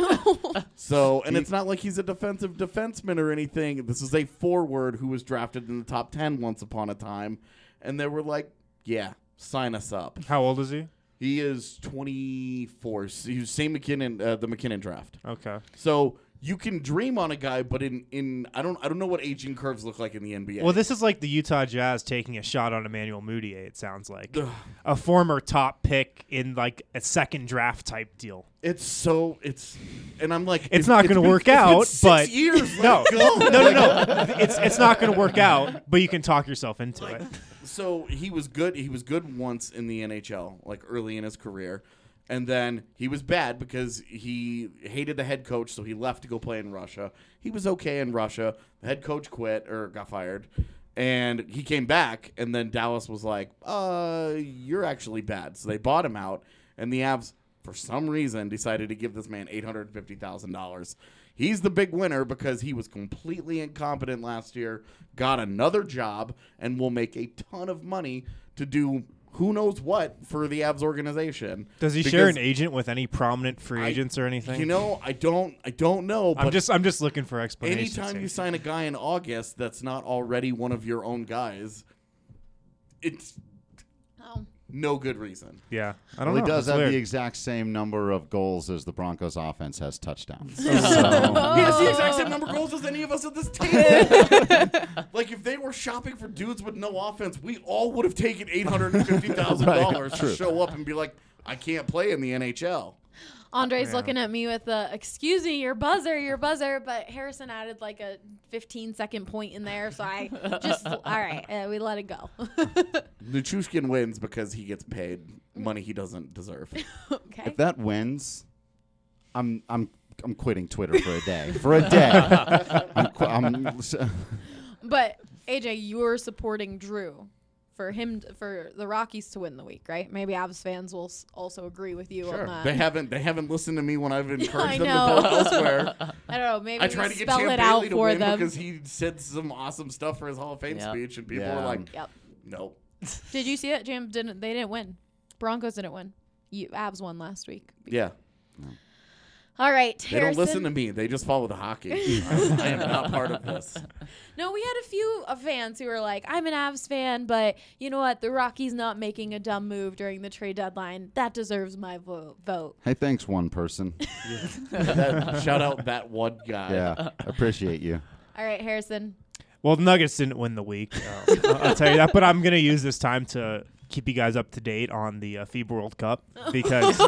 Speaker 8: so, and it's not like he's a defensive defenseman or anything. This is a forward who was drafted in the top 10 once upon a time, and they were like, "Yeah, sign us up."
Speaker 9: How old is he?
Speaker 8: He is 24. S- He was same McKinnon, uh, the McKinnon draft.
Speaker 9: Okay.
Speaker 8: So you can dream on a guy, but in in I don't I don't know what aging curves look like in the NBA.
Speaker 9: Well, this is like the Utah Jazz taking a shot on Emmanuel Mudiay. It sounds like a former top pick in like a second draft type deal.
Speaker 8: It's so it's, and I'm like,
Speaker 9: It's not going to work out, but
Speaker 8: years.
Speaker 9: no,
Speaker 8: let go.
Speaker 9: no, no, no. It's it's not going to work out, but you can talk yourself into it.
Speaker 8: so he was good. He was good once in the NHL, like early in his career, and then he was bad because he hated the head coach, so he left to go play in Russia. He was okay in Russia. The head coach quit or got fired, and he came back, and then Dallas was like, "Uh, you're actually bad," so they bought him out, and the Avs. For some reason, decided to give this man eight hundred fifty thousand dollars. He's the big winner because he was completely incompetent last year, got another job, and will make a ton of money to do who knows what for the Avs organization.
Speaker 9: Does he share
Speaker 8: Because
Speaker 9: an agent with any prominent free agents or anything?
Speaker 8: You know, I don't, I don't know. But
Speaker 9: I'm just I'm just looking for explanations.
Speaker 8: anytime you
Speaker 9: here.
Speaker 8: sign a guy in August that's not already one of your own guys, it's no good reason.
Speaker 9: Yeah,
Speaker 10: well, He does have the exact same number of goals as the Broncos' offense has touchdowns.
Speaker 8: he has
Speaker 10: Oh.
Speaker 8: the exact same number of goals as any of us at this table.
Speaker 10: <laughs>
Speaker 8: like if they were shopping for dudes with no offense, we all would have taken eight hundred and fifty thousand dollars
Speaker 10: <laughs> Right,
Speaker 8: to
Speaker 10: true.
Speaker 8: show up and be like, I can't play in the NHL.
Speaker 2: Andre's
Speaker 8: Yeah.
Speaker 2: looking at me with the excuse me, your buzzer, your buzzer, but Harrison added like a 15 second point in there, so I
Speaker 8: <laughs>
Speaker 2: just all right, uh, we let it go. <laughs>
Speaker 8: Nichushkin wins because he gets paid money he doesn't deserve.
Speaker 10: If that wins, I'm I'm I'm quitting Twitter for a day. For a
Speaker 8: <laughs>
Speaker 10: day, I'm, qu- I'm <laughs>
Speaker 2: but AJ, you're supporting Drew for him for the Rockies to win the week, right? Maybe Avs fans will s- also agree with you on that.
Speaker 8: They haven't they haven't listened to me
Speaker 2: <laughs>
Speaker 8: when I've encouraged them
Speaker 2: know.
Speaker 8: to vote elsewhere.
Speaker 2: I don't know, maybe
Speaker 8: I
Speaker 2: we
Speaker 8: tried to get
Speaker 2: spell
Speaker 8: Champ
Speaker 2: it out
Speaker 8: Bailey to
Speaker 2: for
Speaker 8: win
Speaker 2: them.
Speaker 8: because he said some awesome stuff for his Hall of Fame
Speaker 10: Yeah.
Speaker 8: speech, and people were
Speaker 10: Yeah.
Speaker 8: like,
Speaker 2: Yep.
Speaker 8: "Nope."
Speaker 2: Did you see it? Jam didn't they didn't win. Broncos didn't win. You Avs won last week.
Speaker 8: Yeah,
Speaker 2: All right,
Speaker 8: they don't listen to me. They just follow
Speaker 9: <laughs>
Speaker 8: the hockey. I I am not part of this.
Speaker 2: No, we had a few uh, fans who were like, I'm an Avs fan, but you know what? The Rockies not making a dumb move during the trade deadline. That deserves my vo- vote.
Speaker 10: hey, thanks one person.
Speaker 8: That- shout out that one guy.
Speaker 10: Yeah, appreciate you.
Speaker 2: All right, Harrison.
Speaker 9: Well, the Nuggets didn't win the week. uh, I'll I'll tell you that. But I'm going to use this time to keep you guys up to date on the uh, FIBA World Cup because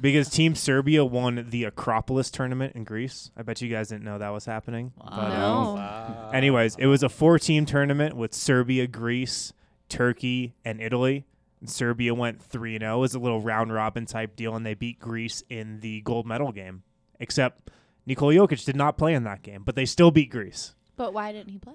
Speaker 9: because Team Serbia won the Acropolis tournament in Greece. I bet you guys didn't know that was happening. But, uh,
Speaker 2: No.
Speaker 9: Anyways, it was a four-team tournament with Serbia, Greece, Turkey, and Italy. And Serbia went three and zero. It was a little round robin type deal, and they beat Greece in the gold medal game. Except Nikola Jokic did not play in that game, but they still beat Greece.
Speaker 2: But why didn't he play?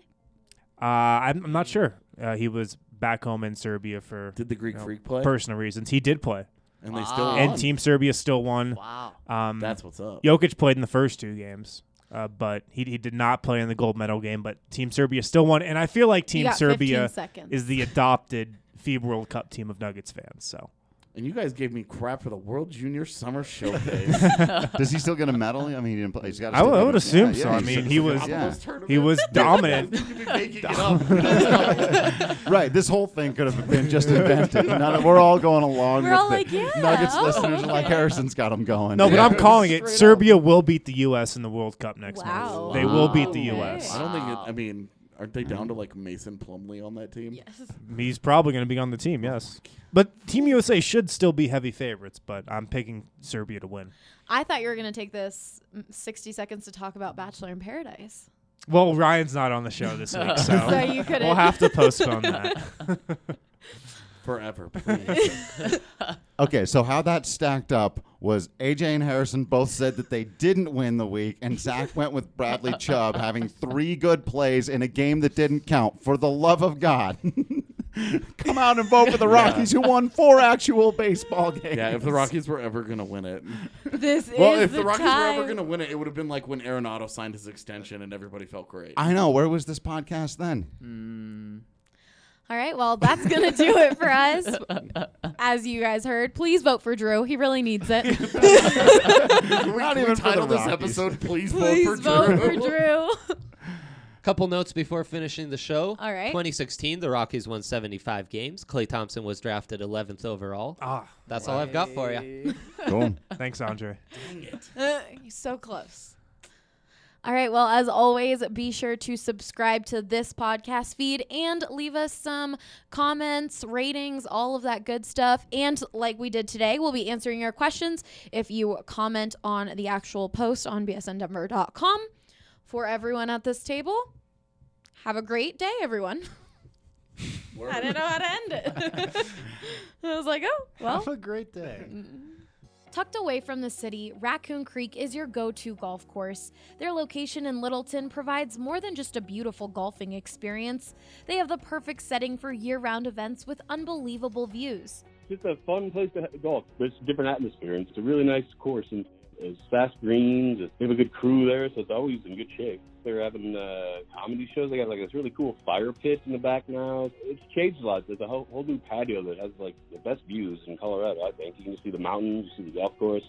Speaker 9: Uh, I'm, I'm not sure. Uh, he was back home in Serbia for
Speaker 8: did the Greek freak play?
Speaker 9: personal reasons. He did play,
Speaker 8: And they still Wow.
Speaker 9: and
Speaker 8: won.
Speaker 9: Team Serbia still won.
Speaker 8: Wow.
Speaker 9: um,
Speaker 8: That's what's up.
Speaker 9: Jokic played in the first two games, uh, but he he did not play in the gold medal game. But Team Serbia still won, and I feel like
Speaker 2: You
Speaker 9: Team
Speaker 2: got 15
Speaker 9: Serbia
Speaker 2: seconds. <laughs>
Speaker 9: is the adopted FIBA World Cup team of Nuggets fans. So
Speaker 8: And you guys gave me crap for the World Junior Summer
Speaker 10: <laughs>
Speaker 8: Showcase.
Speaker 10: Does he still get a medal? I mean, he didn't play. He's got.
Speaker 9: I would- I would assume so. I mean, he was- he was
Speaker 8: <laughs>
Speaker 9: dominant.
Speaker 10: <laughs> right. This whole thing could have been just invented. None of- we're all going along.
Speaker 9: We're
Speaker 10: with
Speaker 9: all
Speaker 10: it.
Speaker 9: like, yeah,
Speaker 10: Nuggets
Speaker 9: oh,
Speaker 10: listeners are like, Harrison's got him going.
Speaker 9: no, but
Speaker 10: Yeah.
Speaker 9: I'm calling it. Serbia will beat the U.S. in the World Cup next month. They will beat the U.S.
Speaker 8: I don't think. It,
Speaker 10: Um,
Speaker 8: I mean, aren't they
Speaker 10: mm.
Speaker 8: down to like Mason Plumley on that team?
Speaker 2: Yes.
Speaker 9: He's probably going to be on the team, yes. But Team USA should still be heavy favorites, but I'm picking Serbia to win.
Speaker 2: I thought you were going to take this mm, 60 seconds to talk about Bachelor in Paradise.
Speaker 9: Well, Ryan's not on the show this week, so,
Speaker 2: So you couldn't-
Speaker 9: we'll have to postpone that.
Speaker 8: Forever, please.
Speaker 10: <laughs> Okay, so how that stacked up was AJ and Harrison both said that they didn't win the week, and Zach went with Bradley Chubb having three good plays in a game that didn't count. For the love of God. Come out and vote for the Rockies, who won four actual baseball games.
Speaker 8: Yeah, if the Rockies were ever gonna win it,
Speaker 2: This
Speaker 8: well,
Speaker 2: is
Speaker 8: if the,
Speaker 2: the
Speaker 8: Rockies were ever
Speaker 2: time.
Speaker 8: gonna win it, it would have been like when Arenado signed his extension and everybody felt great.
Speaker 10: I know. Where was this podcast then?
Speaker 8: <laughs>
Speaker 2: All right, well, that's going to do it for us. As you guys heard, please vote for Drew. He really needs it.
Speaker 8: Not
Speaker 10: even for the
Speaker 8: title this
Speaker 10: Rockies.
Speaker 8: episode.
Speaker 2: <laughs>
Speaker 8: Please,
Speaker 2: please
Speaker 8: vote for
Speaker 2: vote
Speaker 8: Drew.
Speaker 2: for Drew.
Speaker 11: Couple notes before finishing the show.
Speaker 2: All right.
Speaker 11: 2016, the Rockies won 75 games. Clay Thompson was drafted 11th overall.
Speaker 9: Ah,
Speaker 11: that's all I've got for you.
Speaker 10: Cool.
Speaker 9: Thanks, Andre.
Speaker 2: Uh, <laughs> you're so close. All right. Well, as always, be sure to subscribe to this podcast feed and leave us some comments, ratings, all of that good stuff. And like we did today, we'll be answering your questions if you comment on the actual post on bsndenver.com. For everyone at this table, have a great day, everyone. I didn't know how to end <laughs> it. I was like, oh, well.
Speaker 10: a great day.
Speaker 2: Tucked away from the city, Raccoon Creek is your go to golf course. Their location in Littleton provides more than just a beautiful golfing experience, they have the perfect setting for year round events with unbelievable views.
Speaker 13: It's a fun place to golf. There's a different atmosphere, and it's a really nice course. And it's fast greens. It's, they have a good crew there, so it's always in good shape. They're having uh, comedy shows. They got like this really cool fire pit in the back now. It's changed a lot. There's a whole, whole new patio that has like the best views in Colorado. I think you can see the mountains, you see the golf course.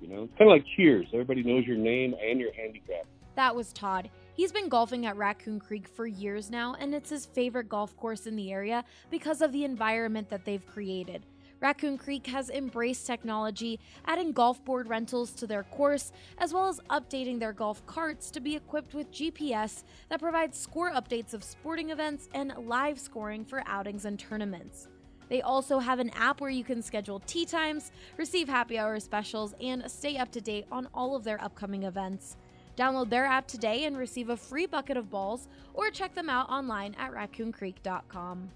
Speaker 13: You know, it's kind of like Cheers. Everybody knows your name and your handicap.
Speaker 2: That was Todd. He's been golfing at Raccoon Creek for years now, and it's his favorite golf course in the area because of the environment that they've created. Raccoon Creek has embraced technology, adding golf board rentals to their course, as well as updating their golf carts to be equipped with GPS that provides score updates of sporting events and live scoring for outings and tournaments. They also have an app where you can schedule tea times, receive happy hour specials, and stay up to date on all of their upcoming events. Download their app today and receive a free bucket of balls, or check them out online at raccooncreek.com.